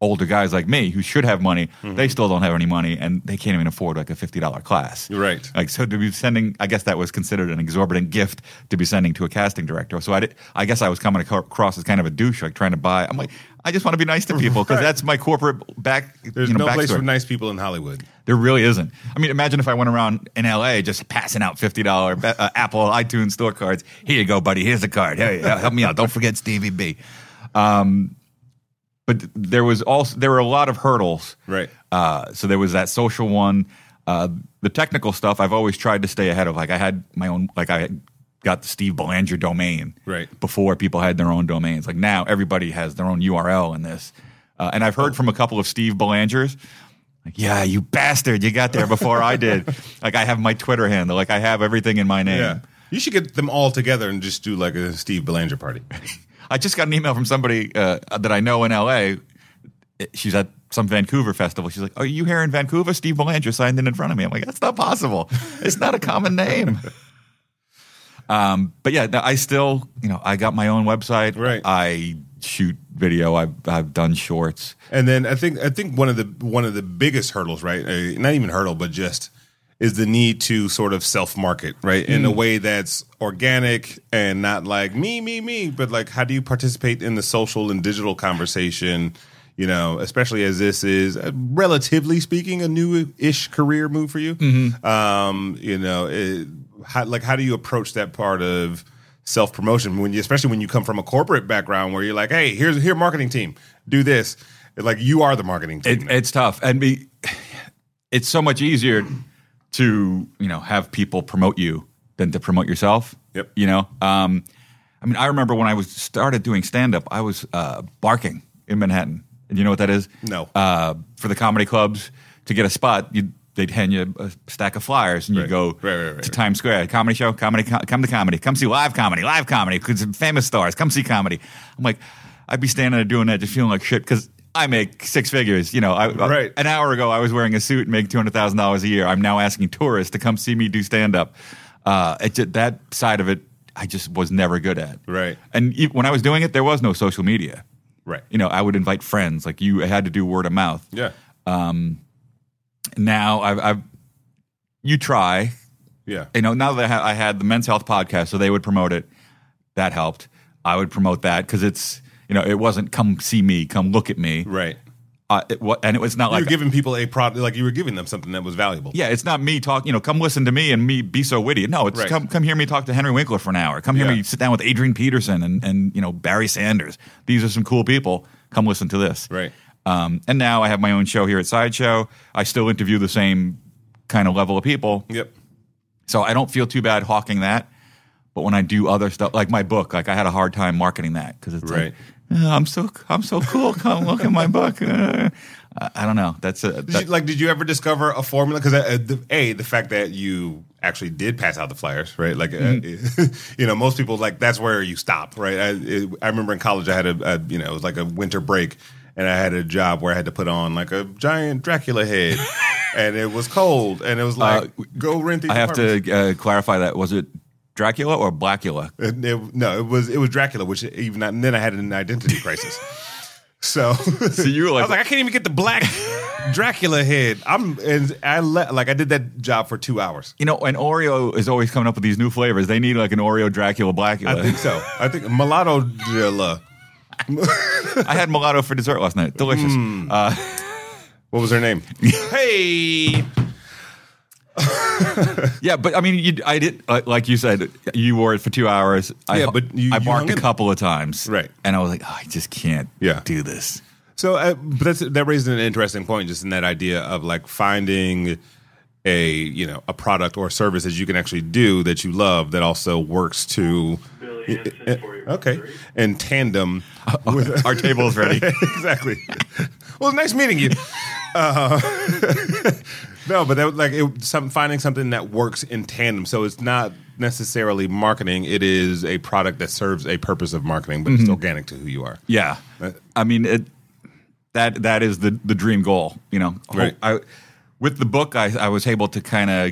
S2: older guys like me who should have money
S1: Mm-hmm.
S2: they still don't have any money and they can't even afford like a $50 class
S1: Right.
S2: like so to be sending I guess that was considered an exorbitant gift to be sending to a casting director so I did, I guess I was coming ac- across as kind of a douche like trying to buy I'm like I just want to be nice to people because that's my corporate back
S1: There's
S2: you know,
S1: no place
S2: backstory.
S1: for nice people in Hollywood.
S2: There really isn't. I mean, imagine if I went around in LA just passing out fifty dollar uh, Apple iTunes store cards. Here you go, buddy. Here's a card. Hey, uh, help me out. Don't forget Stevie B. Um, but there was also there were a lot of hurdles.
S1: Right.
S2: Uh, so there was that social one. Uh, the technical stuff I've always tried to stay ahead of. Like I had my own. Like I got the Steve Belanger domain.
S1: Right.
S2: Before people had their own domains. Like now everybody has their own URL in this. Uh, and I've heard from a couple of Steve Belangers. Like, yeah, you bastard! You got there before I did. Like I have my Twitter handle. Like I have everything in my name.
S1: Yeah. You should get them all together and just do like a Steve Belanger party.
S2: I just got an email from somebody uh, that I know in LA. she's at some Vancouver festival. She's like, "Are you here in Vancouver? Steve Belanger signed in in front of me." I'm like, "That's not possible. It's not a common name." Um, but yeah, no, I still, you know, I got my own website.
S1: Right.
S2: I shoot video. I've I've done shorts.
S1: And then I think I think one of the one of the biggest hurdles, right? Uh, not even hurdle, but just is the need to sort of self market, right, in a way that's organic and not like me, me, me, but like how do you participate in the social and digital conversation? You know, especially as this is uh, relatively speaking a new ish career move for you. Um, you know, it, how, like how do you approach that part of self promotion when you, especially when you come from a corporate background where you're like, hey, here's here marketing team, do this. Like you are the marketing team.
S2: It, it's tough, and be, it's so much easier to you know have people promote you than to promote yourself.
S1: Yep.
S2: You know, um, I mean, I remember when I was started doing stand up, I was uh, barking in Manhattan. And you know what that is?
S1: No.
S2: Uh, for the comedy clubs to get a spot, you they'd hand you a stack of flyers, and you
S1: Right.
S2: go
S1: Right, right, right,
S2: to
S1: right.
S2: Times Square comedy show, comedy, co- come to comedy, come see live comedy, live comedy, 'cause some famous stars, come see comedy. I'm like, I'd be standing there doing that, just feeling like shit because. I make six figures, you know. I, uh,
S1: Right.
S2: An hour ago, I was wearing a suit and making two hundred thousand dollars a year. I'm now asking tourists to come see me do stand up. Uh, it ju- that side of it, I just was never good at.
S1: Right.
S2: And e- when I was doing it, there was no social media.
S1: right.
S2: You know, I would invite friends. Like you had to do word of mouth
S1: Yeah.
S2: now I've, I've you try
S1: Yeah.
S2: you know now that I, ha- I had the men's health podcast so they would promote it that helped i would promote that because it's you know it wasn't come see me come look at me
S1: right.
S2: uh, it, wa- and it was not
S1: you
S2: like
S1: were giving people a product, like you were giving them something that was valuable.
S2: yeah it's not me talk you know come listen to me and me be so witty no it's
S1: Right.
S2: come come hear me talk to henry winkler for an hour come hear
S1: Yeah.
S2: me sit down with adrian peterson and and you know barry sanders these are some cool people come listen to this
S1: Right.
S2: um, and now i have my own show here at sideshow i still interview the same kind of level of people
S1: Yep.
S2: So I don't feel too bad hawking that. But when I do other stuff, like my book, like I had a hard time marketing that because it's
S1: Right.
S2: like, "Oh, I'm so I'm so cool. Come look at my book. Uh, I, I don't know. That's a
S1: Did
S2: that,
S1: you, like, did you ever discover a formula? Because uh, the- a the fact that you actually did pass out the flyers, right? Like, uh,
S2: Mm-hmm.
S1: you know, most people like that's where you stop, right? I, it, I remember in college, I had a, a you know, it was like a winter break, and I had a job where I had to put on like a giant Dracula head, and it was cold, and it was like go rent. These
S2: Uh, I have
S1: apartments.
S2: to uh, clarify that. Was it Dracula or Blackula?
S1: And it- no, it was it was Dracula, which even and then I had an identity crisis. So, so
S2: you were like-
S1: I was like, I can't even get the black Dracula head. I'm and I le- like I did that job for two hours.
S2: You know, and Oreo is always coming up with these new flavors. They need like an Oreo Dracula Blackula.
S1: I think so. I think mulatto Dracula.
S2: I had mulatto for dessert last night. Delicious.
S1: Hmm. What was her name? hey,
S2: Yeah, but I mean, you, I did uh, like you said, you wore it for two hours. I,
S1: Yeah, but you-
S2: I
S1: you
S2: barked
S1: hung
S2: a
S1: in.
S2: couple of times,
S1: Right.
S2: And I was like, oh, I just can't,
S1: Yeah.
S2: do this.
S1: So, uh, but that's, that raises an interesting point, just in that idea of like finding a you know a product or a service that you can actually do that you love that also works to okay in tandem with
S2: Our table's ready.
S1: exactly. Well, it's nice meeting you. Uh, no, but that was like it, some, finding something that works in tandem. So it's not necessarily marketing; it is a product that serves a purpose of marketing, but it's organic to who you are.
S2: Yeah, I mean, it, that that is the the dream goal. You know,
S1: Right.
S2: I, with the book, I, I was able to kind of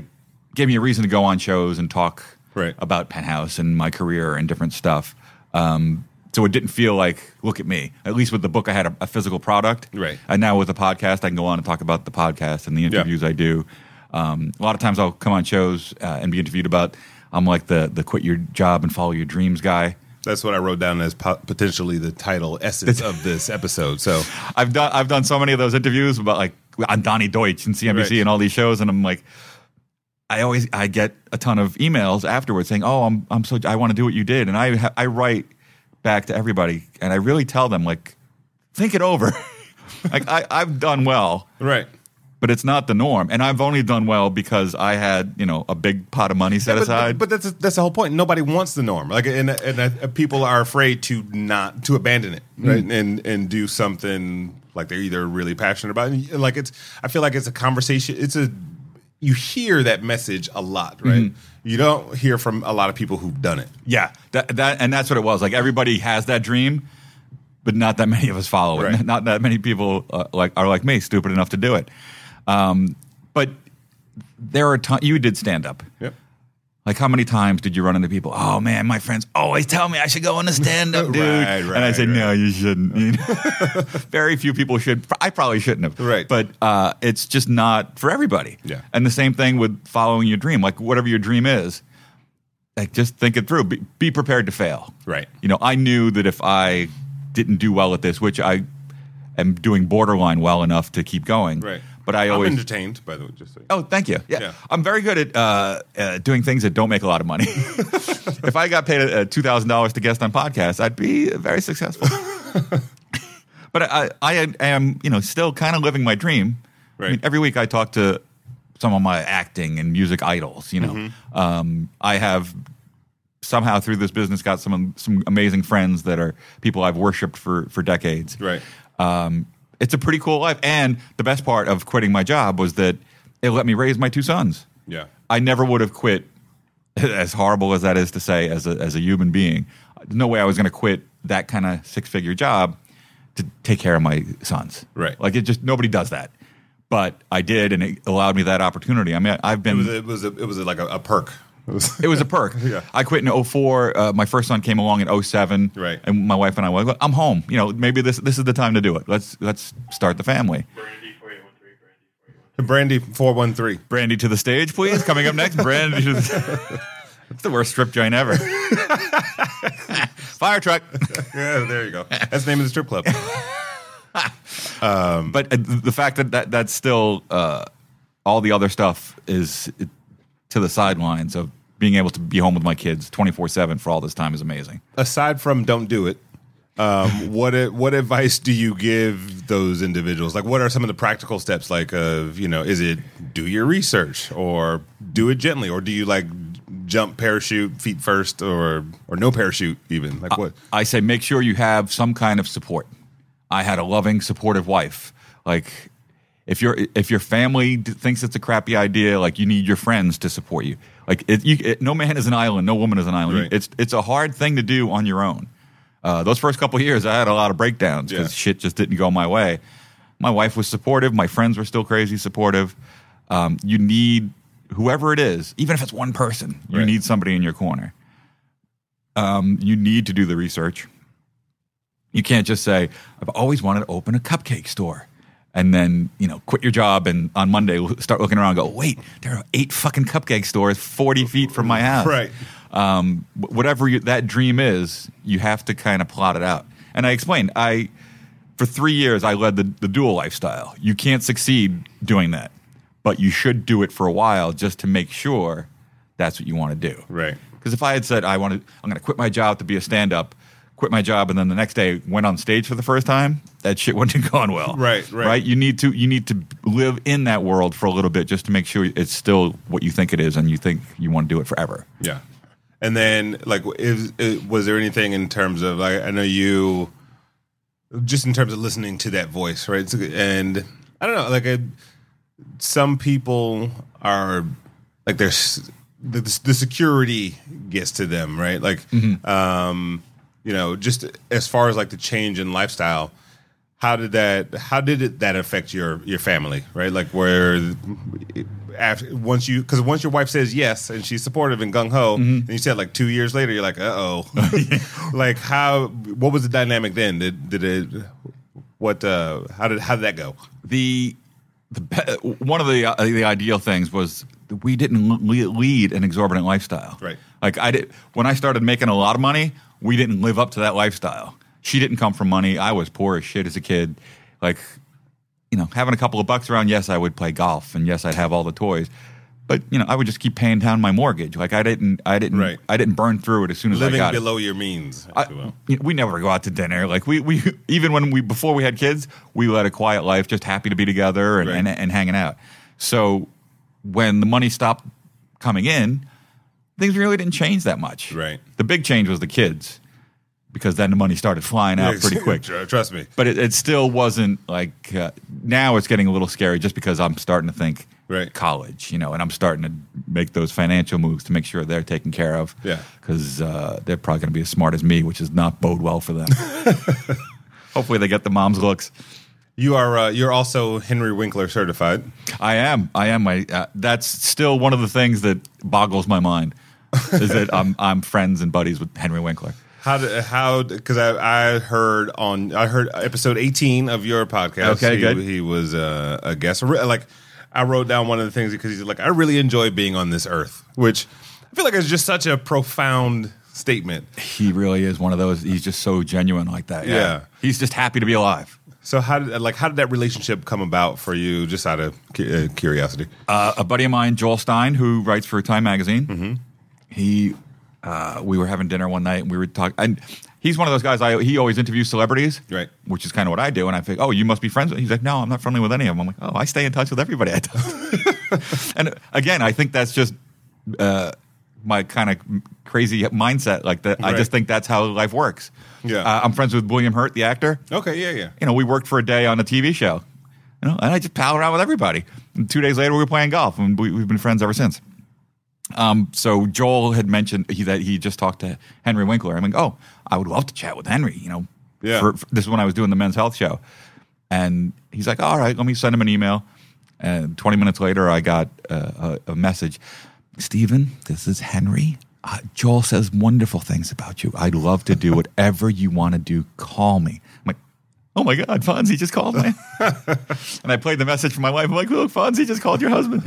S2: give me a reason to go on shows and talk
S1: Right.
S2: about Penthouse and my career and different stuff. Um, so it didn't feel like look at me. At least with the book, I had a, a physical product.
S1: Right.
S2: And now with the podcast, I can go on and talk about the podcast and the interviews I do. Um, a lot of times I'll come on shows uh, and be interviewed about. I'm like the the quit your job and follow your dreams guy.
S1: That's what I wrote down as po- potentially the title essence of this episode. So
S2: I've done I've done so many of those interviews about like on Donnie Deutsch and CNBC
S1: Right.
S2: and all these shows, and I'm like, I always I get a ton of emails afterwards saying, "Oh, I'm I'm so I want to do what you did," and I ha- I write back to everybody, and I really tell them like, think it over. like I I've done well,
S1: right.
S2: but it's not the norm, and I've only done well because I had you know a big pot of money set
S1: But,
S2: aside.
S1: but that's that's the whole point. Nobody wants the norm, like, and and uh, people are afraid to not to abandon it, right? And and do something like they're either really passionate about, it. like it's. I feel like it's a conversation. It's a you hear that message a lot, right? You don't hear from a lot of people who've done it.
S2: Yeah, that, that and that's what it was. Like everybody has that dream, but not that many of us follow it.
S1: Right.
S2: Not that many people uh, like are like me, stupid enough to do it. Um, but there are times you did stand up.
S1: Yep.
S2: Like how many times did you run into people? Oh man, my friends always tell me I should go on a stand up, dude.
S1: Right,
S2: and I
S1: right,
S2: said,
S1: right.
S2: no, you shouldn't. You know? Very few people should. I probably shouldn't have.
S1: Right.
S2: But uh, it's just not for everybody.
S1: Yeah.
S2: And the same thing with following your dream, like whatever your dream is. Like just think it through. Be, be prepared to fail.
S1: Right.
S2: You know, I knew that if I didn't do well at this, which I am doing borderline well enough to keep going.
S1: Right.
S2: But I always
S1: I'm entertained, by the way. Just so you know.
S2: Oh, thank you. Yeah.
S1: Yeah.
S2: I'm very good at uh, uh, doing things that don't make a lot of money. if I got paid uh, $2,000 to guest on podcasts, I'd be very successful. but I, I am, you know, still kind of living my dream. I mean,
S1: Right.
S2: every week I talk to some of my acting and music idols, you know.
S1: Mm-hmm.
S2: Um, I have somehow through this business got some some amazing friends that are people I've worshipped for for decades
S1: Right.
S2: um, it's a pretty cool life. And the best part of quitting my job was that it let me raise my two sons.
S1: Yeah.
S2: I never would have quit, as horrible as that is to say, as a, as a human being. No way I was going to quit that kind of six figure job to take care of my sons.
S1: Right.
S2: Like it just, nobody does that. But I did, and it allowed me that opportunity. I mean, I've been
S1: It was a, it was a, it was a, like a, a perk. It was-
S2: it was a perk.
S1: Yeah.
S2: I quit in 04. Uh, my first son came along in 07.
S1: Right.
S2: And my wife and I were like, "Look, I'm home. You know, maybe this this is the time to do it. Let's let's start the family.
S3: Brandy for you, one three, Brandy for you.
S1: Brandy four one three.
S2: Brandy to the stage, please. Coming up next, Brandy to the That's the worst strip joint ever. Fire truck.
S1: Yeah, there you go. That's the name of the strip club. Um,
S2: but uh, the fact that, that that's still uh, all the other stuff is to the sidelines of being able to be home with my kids 24-7 for all this time is amazing.
S1: Aside from don't do it, um, what a- what advice do you give those individuals? Like, what are some of the practical steps? Like, of you know, is it do your research or do it gently, or do you like jump parachute feet first, or or no parachute even? Like what?
S2: I say make sure you have some kind of support. I had a loving, supportive wife. Like if your if your family d- thinks it's a crappy idea, like you need your friends to support you. Like it, you, it, no man is an island, no woman is an island.
S1: Right.
S2: It's it's a hard thing to do on your own. Uh, those first couple years, I had a lot of breakdowns
S1: Yeah.
S2: because shit just didn't go my way. My wife was supportive. My friends were still crazy supportive. Um, you need whoever it is, even if it's one person, you
S1: Right.
S2: need somebody in your corner you need to do the research. You can't just say, I've always wanted to open a cupcake store. And then, you know, quit your job and on Monday l- start looking around and go, wait, there are eight fucking cupcake stores 40 feet from my house.
S1: Right.
S2: Um, wh- whatever you, that dream is, you have to kind of plot it out. And I explained, I, for three years, I led the, the dual lifestyle. You can't succeed doing that, but you should do it for a while just to make sure that's what you want to do.
S1: Right.
S2: Because if I had said I want to, I'm going to quit my job to be a stand-up, quit my job, and then the next day went on stage for the first time, that shit wouldn't have gone well.
S1: Right, right.
S2: Right. You need to you need to live in that world for a little bit just to make sure it's still what you think it is, and you think you want to do it forever.
S1: Yeah. And then, like, is, is, was there anything in terms of, like, I know you, just in terms of listening to that voice, right? It's- And I don't know, like, I, some people are, like, there's the, the security gets to them, right? Like, um, you know, just as far as like the change in lifestyle, how did that how did it that affect your your family right like where after once you because once your wife says yes and she's supportive and gung-ho
S2: Mm-hmm.
S1: and you said like two years later you're like uh-oh like how what was the dynamic then did did it what uh how did how did that go
S2: the the be- one of the uh, the ideal things was that we didn't le- lead an exorbitant lifestyle.
S1: Right.
S2: Like I did when I started making a lot of money, we didn't live up to that lifestyle. She didn't come from money. I was poor as shit as a kid. Like you know, having a couple of bucks around, yes, I would play golf and yes, I'd have all the toys. But you know, I would just keep paying down my mortgage. Like I didn't, I didn't,
S1: Right.
S2: I didn't burn through it as soon as I
S1: living
S2: got it.
S1: below your means if
S2: I-
S1: you will.
S2: you know, we never go out to dinner. Like we, we even when we before we had kids, we led a quiet life, just happy to be together and,
S1: Right.
S2: and, and hanging out. So when the money stopped coming in, things really didn't change that much.
S1: Right.
S2: The big change was the kids, because then the money started flying out pretty quick.
S1: Tr- trust me
S2: But it, it still wasn't like uh, now it's getting a little scary just because I'm starting to think
S1: Right.
S2: college, you know, and I'm starting to make those financial moves to make sure they're taken care of.
S1: Yeah.
S2: Because uh, they're probably going to be as smart as me, which is not bode well for them. Hopefully, they get the mom's looks.
S1: You are uh, you're also Henry Winkler certified.
S2: I am. I am. My uh, that's still one of the things that boggles my mind is that I'm I'm friends and buddies with Henry Winkler.
S1: How did, how because I, I heard on I heard episode eighteen of your podcast.
S2: Okay,
S1: he,
S2: good.
S1: He was uh, a guest. Re- Like I wrote down one of the things because he's like I really enjoy being on this earth, which I feel like is just such a profound statement.
S2: He really is one of those. He's just so genuine like that.
S1: Yeah.
S2: He's just happy to be alive.
S1: So how did like how did that relationship come about for you? Just out of cu- uh, curiosity.
S2: uh, a buddy of mine, Joel Stein, who writes for Time Magazine.
S1: Mm-hmm.
S2: He, uh, we were having dinner one night, and we were talking. And he's one of those guys. I he always interviews celebrities,
S1: Right.
S2: Which is kind of what I do. And I think, oh, you must be friends. with He's like, no, I'm not friendly with any of them. I'm like, oh, I stay in touch with everybody. I talk to." and again, I think that's just uh, my kind of crazy mindset. Like that, I
S1: Right.
S2: just think that's how life works.
S1: Yeah.
S2: uh, I'm friends with William Hurt, the actor
S1: okay, yeah, yeah.
S2: you know, we worked for a day on a TV show, you know, and I just pal around with everybody. And two days later, we were playing golf, and we, we've been friends ever since. Um, so Joel had mentioned he, that he just talked to Henry Winkler. I'm like, oh, I would love to chat with Henry. You know,
S1: Yeah.
S2: for, for- this is when I was doing the men's health show, and he's like, all right, let me send him an email. And 20 minutes later, I got uh, a, a message, Stephen, this is Henry. Uh, Joel says wonderful things about you. I'd love to do whatever you want to do. Call me. I'm like, oh my God, Fonzie just called me. And I played the message for my wife. I'm like, look, Fonzie just called your husband.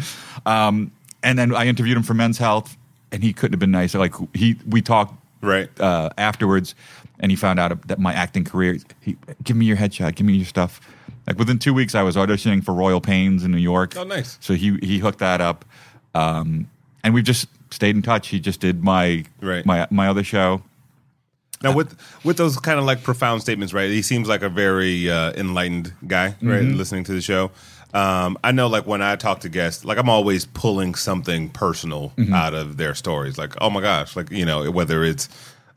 S2: Um, and then I interviewed him for Men's Health, and he couldn't have been nicer. Like he, we talked
S1: Right.
S2: uh, afterwards, and he found out that my acting career. He, give me your headshot. Give me your stuff. Like within two weeks, I was auditioning for Royal Pains in New York.
S1: Oh, nice.
S2: So he he hooked that up, um, and we've just stayed in touch. He just did my
S1: Right.
S2: my my other show.
S1: Now with with those kind of like profound statements, right? He seems like a very uh, enlightened guy, right? Listening to the show, um, I know like when I talk to guests, like I'm always pulling something personal out of their stories. Like, oh my gosh, like you know whether it's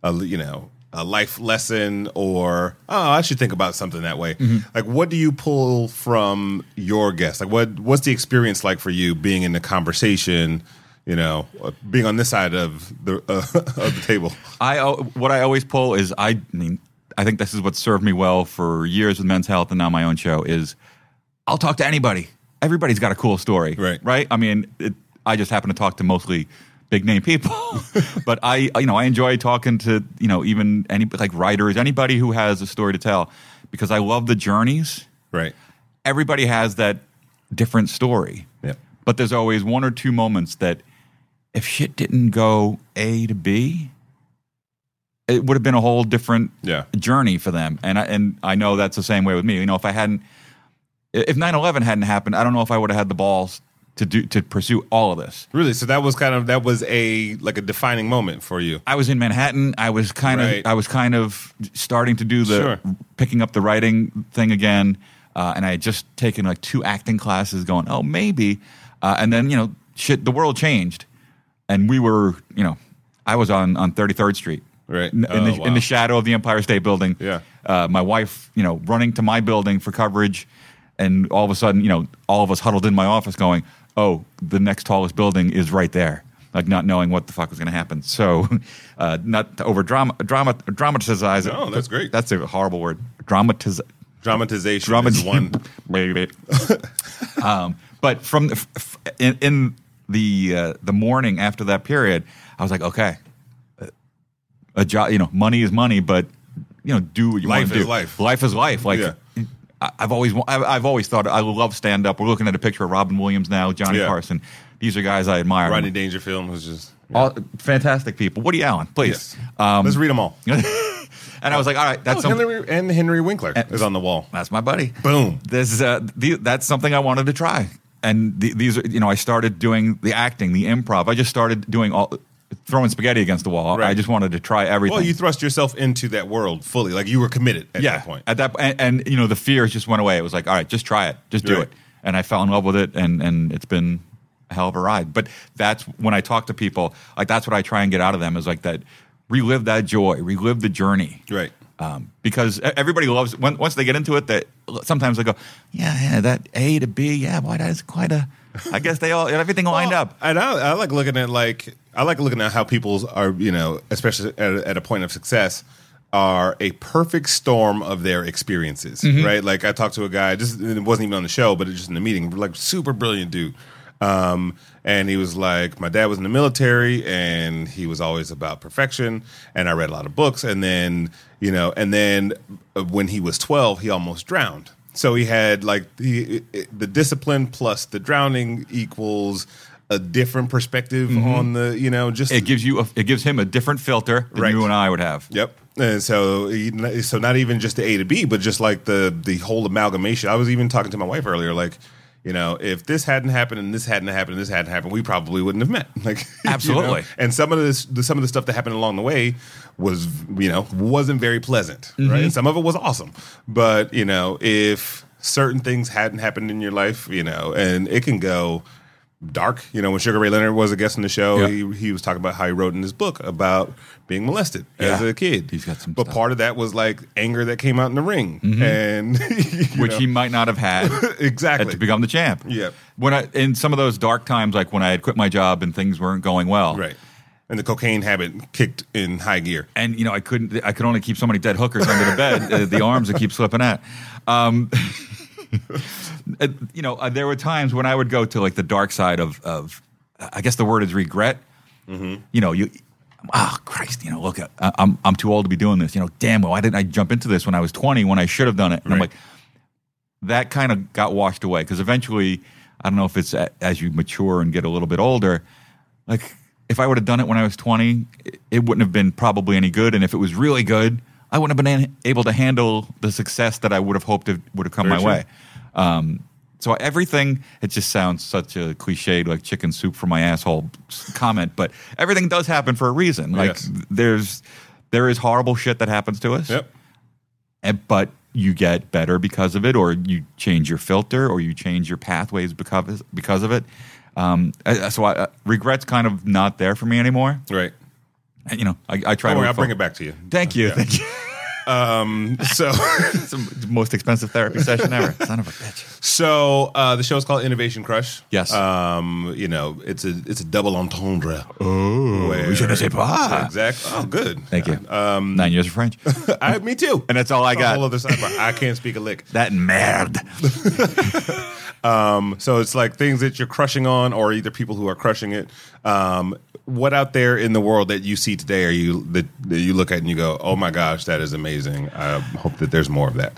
S1: a you know a life lesson or oh I should think about something that way. Like, what do you pull from your guests? Like, what what's the experience like for you being in the conversation? You know, uh, being on this side of the uh, of the table.
S2: I al- what I always pull is I, I mean I think this is what served me well for years with Men's Health and now my own show is I'll talk to anybody. Everybody's got a cool story,
S1: Right.
S2: Right. I mean, it, I just happen to talk to mostly big name people, but I you know I enjoy talking to you know even any like writers, anybody who has a story to tell because I love the journeys.
S1: Right.
S2: Everybody has that different story.
S1: Yep.
S2: But there's always one or two moments that if shit didn't go A to B, it would have been a whole different
S1: Yeah.
S2: journey for them. And I, and I know that's the same way with me. You know, if I hadn't, if 9 11 hadn't happened, I don't know if I would have had the balls to do, to pursue all of this.
S1: Really? So that was kind of that was a like a defining moment for you.
S2: I was in Manhattan. I was kind
S1: Right.
S2: of I was kind of starting to do the
S1: Sure.
S2: picking up the writing thing again, uh, and I had just taken like two acting classes. Going, oh maybe, uh, and then you know shit, the world changed, and we were you know I was on on Thirty Third Street.
S1: Right.
S2: In,
S1: Oh,
S2: the,
S1: wow.
S2: in the shadow of the Empire State Building.
S1: Yeah.
S2: Uh, my wife, you know, running to my building for coverage, and all of a sudden, you know, all of us huddled in my office, going, "Oh, the next tallest building is right there." Like not knowing what the fuck was going to happen. So, uh, not to over drama, drama, dramatize. it,
S1: No, that's great.
S2: That's a horrible word. Dramatize.
S1: Dramatization is
S2: Dramatize
S1: one.
S2: Maybe. um, but from the, f- f- in, in the uh, the morning after that period, I was like, okay, uh, a job. You know, money is money, but you know, do what you
S1: Life
S2: want to
S1: is
S2: do.
S1: life.
S2: Life is life. Like
S1: Yeah.
S2: I- I've always, wa- I've, I've always thought I love stand up. We're looking at a picture of Robin Williams now, Johnny
S1: Yeah.
S2: Carson. These are guys I admire.
S1: Rodney Dangerfield was just
S2: All, fantastic people. Woody Allen, please.
S1: yes.
S2: Um,
S1: Let's read them all.
S2: And I was like, all right, that's
S1: Oh,
S2: something.
S1: Henry and Henry Winkler is on the wall.
S2: That's my buddy.
S1: Boom.
S2: This is uh, the, that's something I wanted to try, and the, these are you know I started doing the acting, the improv. I just started doing all throwing spaghetti against the wall. I
S1: Right.
S2: just wanted to try everything.
S1: Well, you thrust yourself into that world fully. Like you were committed at
S2: yeah,
S1: that point.
S2: at that and, and you know the fears just went away. It was like all right, just try it, just do
S1: Right.
S2: it, and I fell in love with it, and and it's been a hell of a ride. But that's when I talk to people, like that's what I try and get out of them is like that relive that joy, relive the journey,
S1: Right.
S2: um, because e- everybody loves when, once they get into it. That sometimes they go, yeah, yeah, that A to B, yeah, boy, that is quite a. I guess they all everything lined up.
S1: And I, I like looking at like I like looking at how people are you know especially at, at a point of success are a perfect storm of their experiences, right? Like I talked to a guy, just and it wasn't even on the show, but it was just in a meeting, like super brilliant dude. Um, and he was like, my dad was in the military, and he was always about perfection. And I read a lot of books, and then you know, and then uh, when he was twelve, he almost drowned. So he had like the the discipline plus the drowning equals a different perspective on the you know just
S2: Mm-hmm. It gives you a, it gives him a different filter than
S1: Right.
S2: you and I would have.
S1: Yep. And so, he- so not even just the A to B, but just like the the whole amalgamation. I was even talking to my wife earlier, like, you know, if this hadn't happened and this hadn't happened and this hadn't happened, we probably wouldn't have met. Like, you know?
S2: Absolutely.
S1: And some of this, the, some of the stuff that happened along the way was, you know, wasn't very pleasant, right?
S2: Mm-hmm.
S1: And some of it was awesome, but you know, if certain things hadn't happened in your life, you know, and it can go dark. You know, when Sugar Ray Leonard was a guest on the show,
S2: Yeah.
S1: he, he was talking about how he wrote in his book about being molested as
S2: Yeah.
S1: a kid.
S2: He's got some
S1: But
S2: stuff. Mm-hmm.
S1: part of that was like anger that came out in the ring, and you
S2: which
S1: know,
S2: he might not have had
S1: exactly.
S2: to become the champ.
S1: Yep.
S2: When I in some of those dark times, like when I had quit my job and things weren't going well,
S1: right. And the cocaine habit kicked in high gear.
S2: And you know, I couldn't. I could only keep so many dead hookers under the bed. uh, the arms that keep slipping out. Um, uh, you know, uh, there were times when I would go to like the dark side of of. I guess the word is regret. You know, you. Oh Christ! You know, look, I- I'm I'm too old to be doing this. You know, damn, why didn't I jump into this when I was 20 when I should have done it? And I'm
S1: Right.
S2: like, that kind of got washed away because eventually, I don't know if it's a, as you mature and get a little bit older, like if I would have done it when I was 20, it, it wouldn't have been probably any good. And if it was really good, I wouldn't have been an- able to handle the success that I would have hoped it would have come
S1: Very
S2: my
S1: true.
S2: way. Um, so everything, it just sounds such a cliched, like chicken soup for my asshole comment, but everything does happen for a reason. Like
S1: Yes.
S2: there's, there is horrible shit that happens to us
S1: Yep.
S2: and, but you get better because of it, or you change your filter, or you change your pathways because because of it. Um, uh, so I, uh, regrets kind of not there for me anymore.
S1: Right.
S2: And, You know, I, I try
S1: Don't
S2: to.
S1: worry, I'll
S2: refo-
S1: bring it back to you.
S2: Thank you, thank you.
S1: So,
S2: it's the most expensive therapy session ever. Son of a bitch.
S1: so uh, the show is called Innovation Crush.
S2: Yes.
S1: Um, you know, it's a it's a double entendre. Oh, where,
S2: je ne sais pas.
S1: Exact. Oh, good.
S2: Thank you. Um, Nine years of French.
S1: I, me too.
S2: And that's all I
S1: It's a
S2: got.
S1: Whole other sidebar. I can't speak a lick.
S2: that merde.
S1: So it's like things that you're crushing on, or either people who are crushing it. Um, what out there in the world that you see today are you that, that you look at and you go, "Oh my gosh, that is amazing." I hope that there's more of that.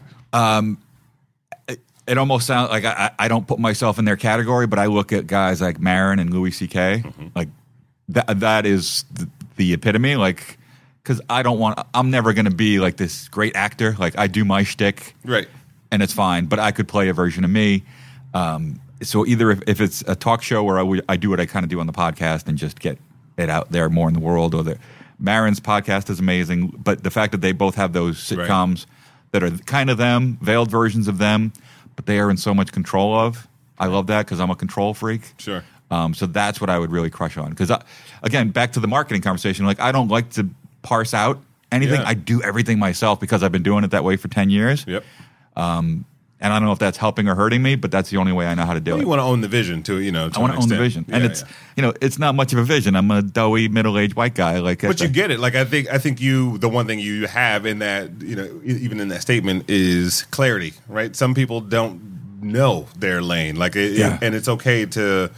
S2: It almost sounds like I, I I don't put myself in their category, but I look at guys like Marin and Louis C.K. Like that that is the, the epitome. Like because I don't want I'm never going to be like this great actor. Like I do my shtick,
S1: Right.
S2: and it's fine. But I could play a version of me. Um, so either if, if it's a talk show where I would- I do what I kind of do on the podcast and just get it out there more in the world, or the Marin's podcast is amazing. But the fact that they both have those
S1: Right.
S2: sitcoms that are kind of them, veiled versions of them, but they are in so much control of. I love that because I'm a control freak.
S1: Sure.
S2: Um, so that's what I would really crush on. Because again, back to the marketing conversation, like I don't like to parse out anything.
S1: Yeah.
S2: I do everything myself because I've been doing it that way for ten years.
S1: Yep.
S2: And I don't know if that's helping or hurting me, but that's the only way I know how to do
S1: Well,
S2: it.
S1: you want to own the vision to you know. To
S2: I want
S1: an
S2: to own the
S1: extent.
S2: vision, and
S1: Yeah,
S2: it's
S1: yeah.
S2: you know it's not much of a vision. I'm a doughy middle aged white guy, like
S1: But
S2: I-
S1: you get it. Like I think I think you the one thing you have in that you know e- even in that statement is clarity, right? Some people don't know their lane, like it,
S2: Yeah.
S1: and it's okay to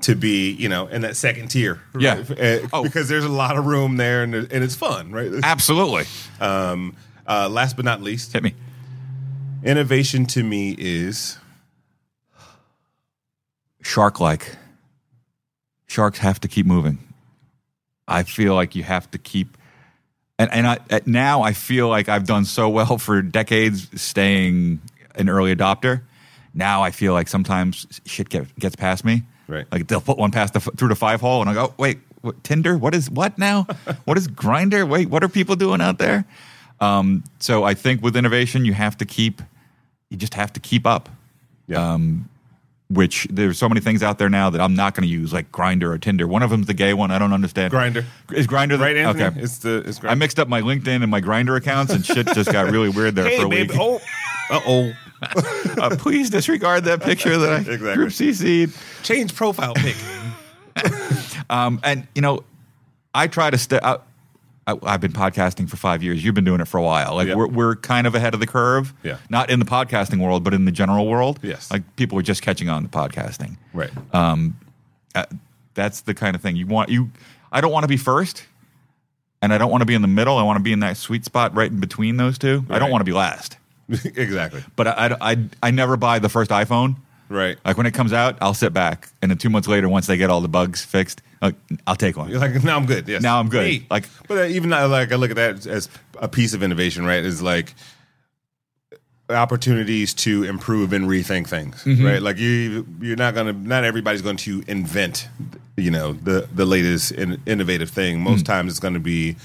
S1: to be you know in that second tier, right?
S2: Yeah.
S1: Eh,
S2: Oh.
S1: because there's a lot of room there and and it's fun, right?
S2: absolutely
S1: Um, uh, last but not least,
S2: hit me.
S1: innovation to me is
S2: shark like. Sharks have to keep moving. I feel like you have to keep, and and I at now I feel like I've done so well for decades staying an early adopter. Now I feel like sometimes shit get, gets past me.
S1: Right.
S2: Like they'll put one past the f- through the five hole, and I go, wait, what, Tinder? What is what now? what is Grinder? Wait, what are people doing out there? Um, so I think with innovation, you have to keep, you just have to keep up
S1: yeah,
S2: Um, which there's so many things out there now that I'm not going to use, like Grinder or Tinder. One of them's the gay one. I don't understand.
S1: Grindr.
S2: is Grinder the
S1: right, Anthony.
S2: Okay,
S1: It's the it's
S2: I mixed up my LinkedIn and my Grinder accounts, and shit just got really weird there for a week.
S1: oh, uh oh,
S2: Uh, please disregard that picture that I
S1: Exactly.
S2: group CC'd.
S1: change profile pic.
S2: Um, and you know, I try to stay. I, I, I've been podcasting for five years. You've been doing it for a while. Like
S1: Yeah.
S2: we're we're kind of ahead of the curve.
S1: Yeah.
S2: Not in the podcasting world, but in the general world.
S1: Yes.
S2: Like people are just catching on to podcasting.
S1: Right.
S2: Uh, that's the kind of thing you want. You. I don't want to be first, and I don't want to be in the middle. I want to be in that sweet spot right in between those two. I don't
S1: Right.
S2: want to be last.
S1: exactly.
S2: But I, I, I, I never buy the first iPhone.
S1: Right.
S2: Like when it comes out, I'll sit back, and then two months later, once they get all the bugs fixed, like, I'll take one.
S1: You're like, now I'm good. Yes.
S2: Now I'm good.
S1: Me.
S2: Like-
S1: but uh, even I like I look at that as a piece of innovation, right? Is like opportunities to improve and rethink things,
S2: Mm-hmm.
S1: right? Like you, you're not gonna, not everybody's going to invent, you know, the the latest in, innovative thing.
S2: Mm.
S1: Most times, it's going to be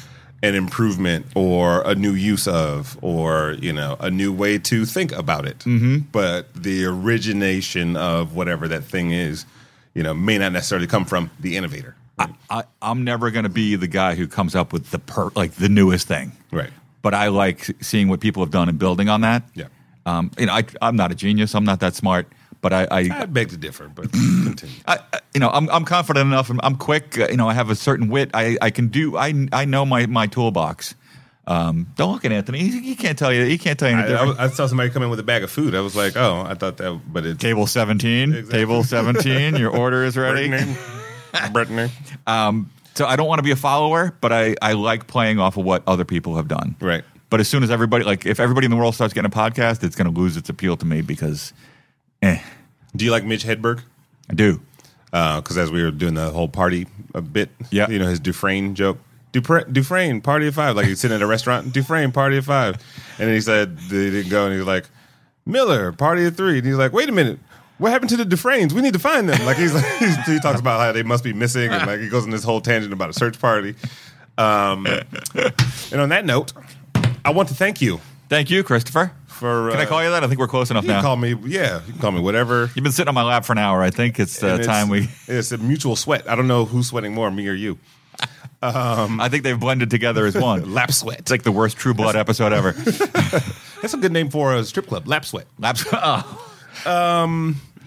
S1: an improvement or a new use of or you know a new way to think about it mm-hmm. but the origination of whatever that thing is you know may not necessarily come from the innovator
S2: I, I, I'm never going to be the guy who comes up with the per like the newest thing,
S1: Right.
S2: But I like seeing what people have done and building on that.
S1: Yeah.
S2: Um, you know, I, I'm not a genius. I'm not that smart, but I, I,
S1: I beg to differ, but continue.
S2: I, I- you know, I'm, I'm confident enough. I'm, I'm quick. Uh, you know, I have a certain wit. I, I can do. I, I know my, my toolbox. Um, don't look at Anthony. He, he can't tell you. He can't tell you
S1: I,
S2: anything.
S1: I, I saw somebody come in with a bag of food. I was like, oh, I thought that, but it's
S2: table 17.
S1: Exactly.
S2: Table 17. Your order is ready.
S1: Brittany.
S2: Um, so I don't want to be a follower, but I, I like playing off of what other people have done.
S1: Right.
S2: But as soon as everybody, like, if everybody in the world starts getting a podcast, it's going to lose its appeal to me because, eh,
S1: Do you like Mitch Hedberg?
S2: I do.
S1: Because Uh, as we were doing the whole party a bit,
S2: Yeah.
S1: you know, his Dufresne joke. Dufresne, Dufresne, party at five. Like he's sitting at a restaurant, Dufresne, party at five. And then he said, they didn't go. And he was like, Miller, party at three. And he's like, wait a minute. What happened to the Dufresnes? We need to find them. Like he's like, he talks about how they must be missing. And like he goes on this whole tangent about a search party. Um, and on that note, I want to thank you
S2: Thank you, Christopher.
S1: for. uh,
S2: Can I call you that? I think we're close enough
S1: You can
S2: now.
S1: call me, yeah. You can call me whatever.
S2: You've been sitting on my lap for an hour. I think it's uh,
S1: And it's-
S2: time we.
S1: It's a mutual sweat. I don't know who's sweating more, me or you.
S2: I think they've blended together as one.
S1: Lap sweat.
S2: It's like the worst True Blood episode ever.
S1: That's a good name for a strip club. Lap sweat.
S2: Laps. Oh.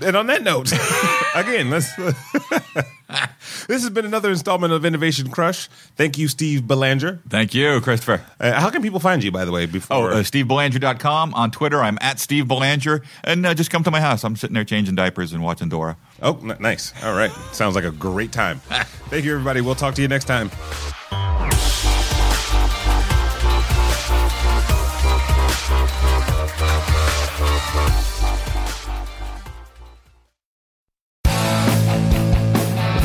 S1: And on that note, again, let's. this has been another installment of Innovation Crush. Thank you, Steve Belanger.
S2: Thank you, Christopher.
S1: Uh, how can people find you, by the way?
S2: Oh,
S1: Before
S2: uh, SteveBelanger.com on Twitter. I'm at Steve Belanger. And uh, just come to my house. I'm sitting there changing diapers and watching Dora.
S1: oh n- nice. All right, sounds like a great time. Thank you, everybody. We'll talk to you next time.
S4: If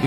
S4: You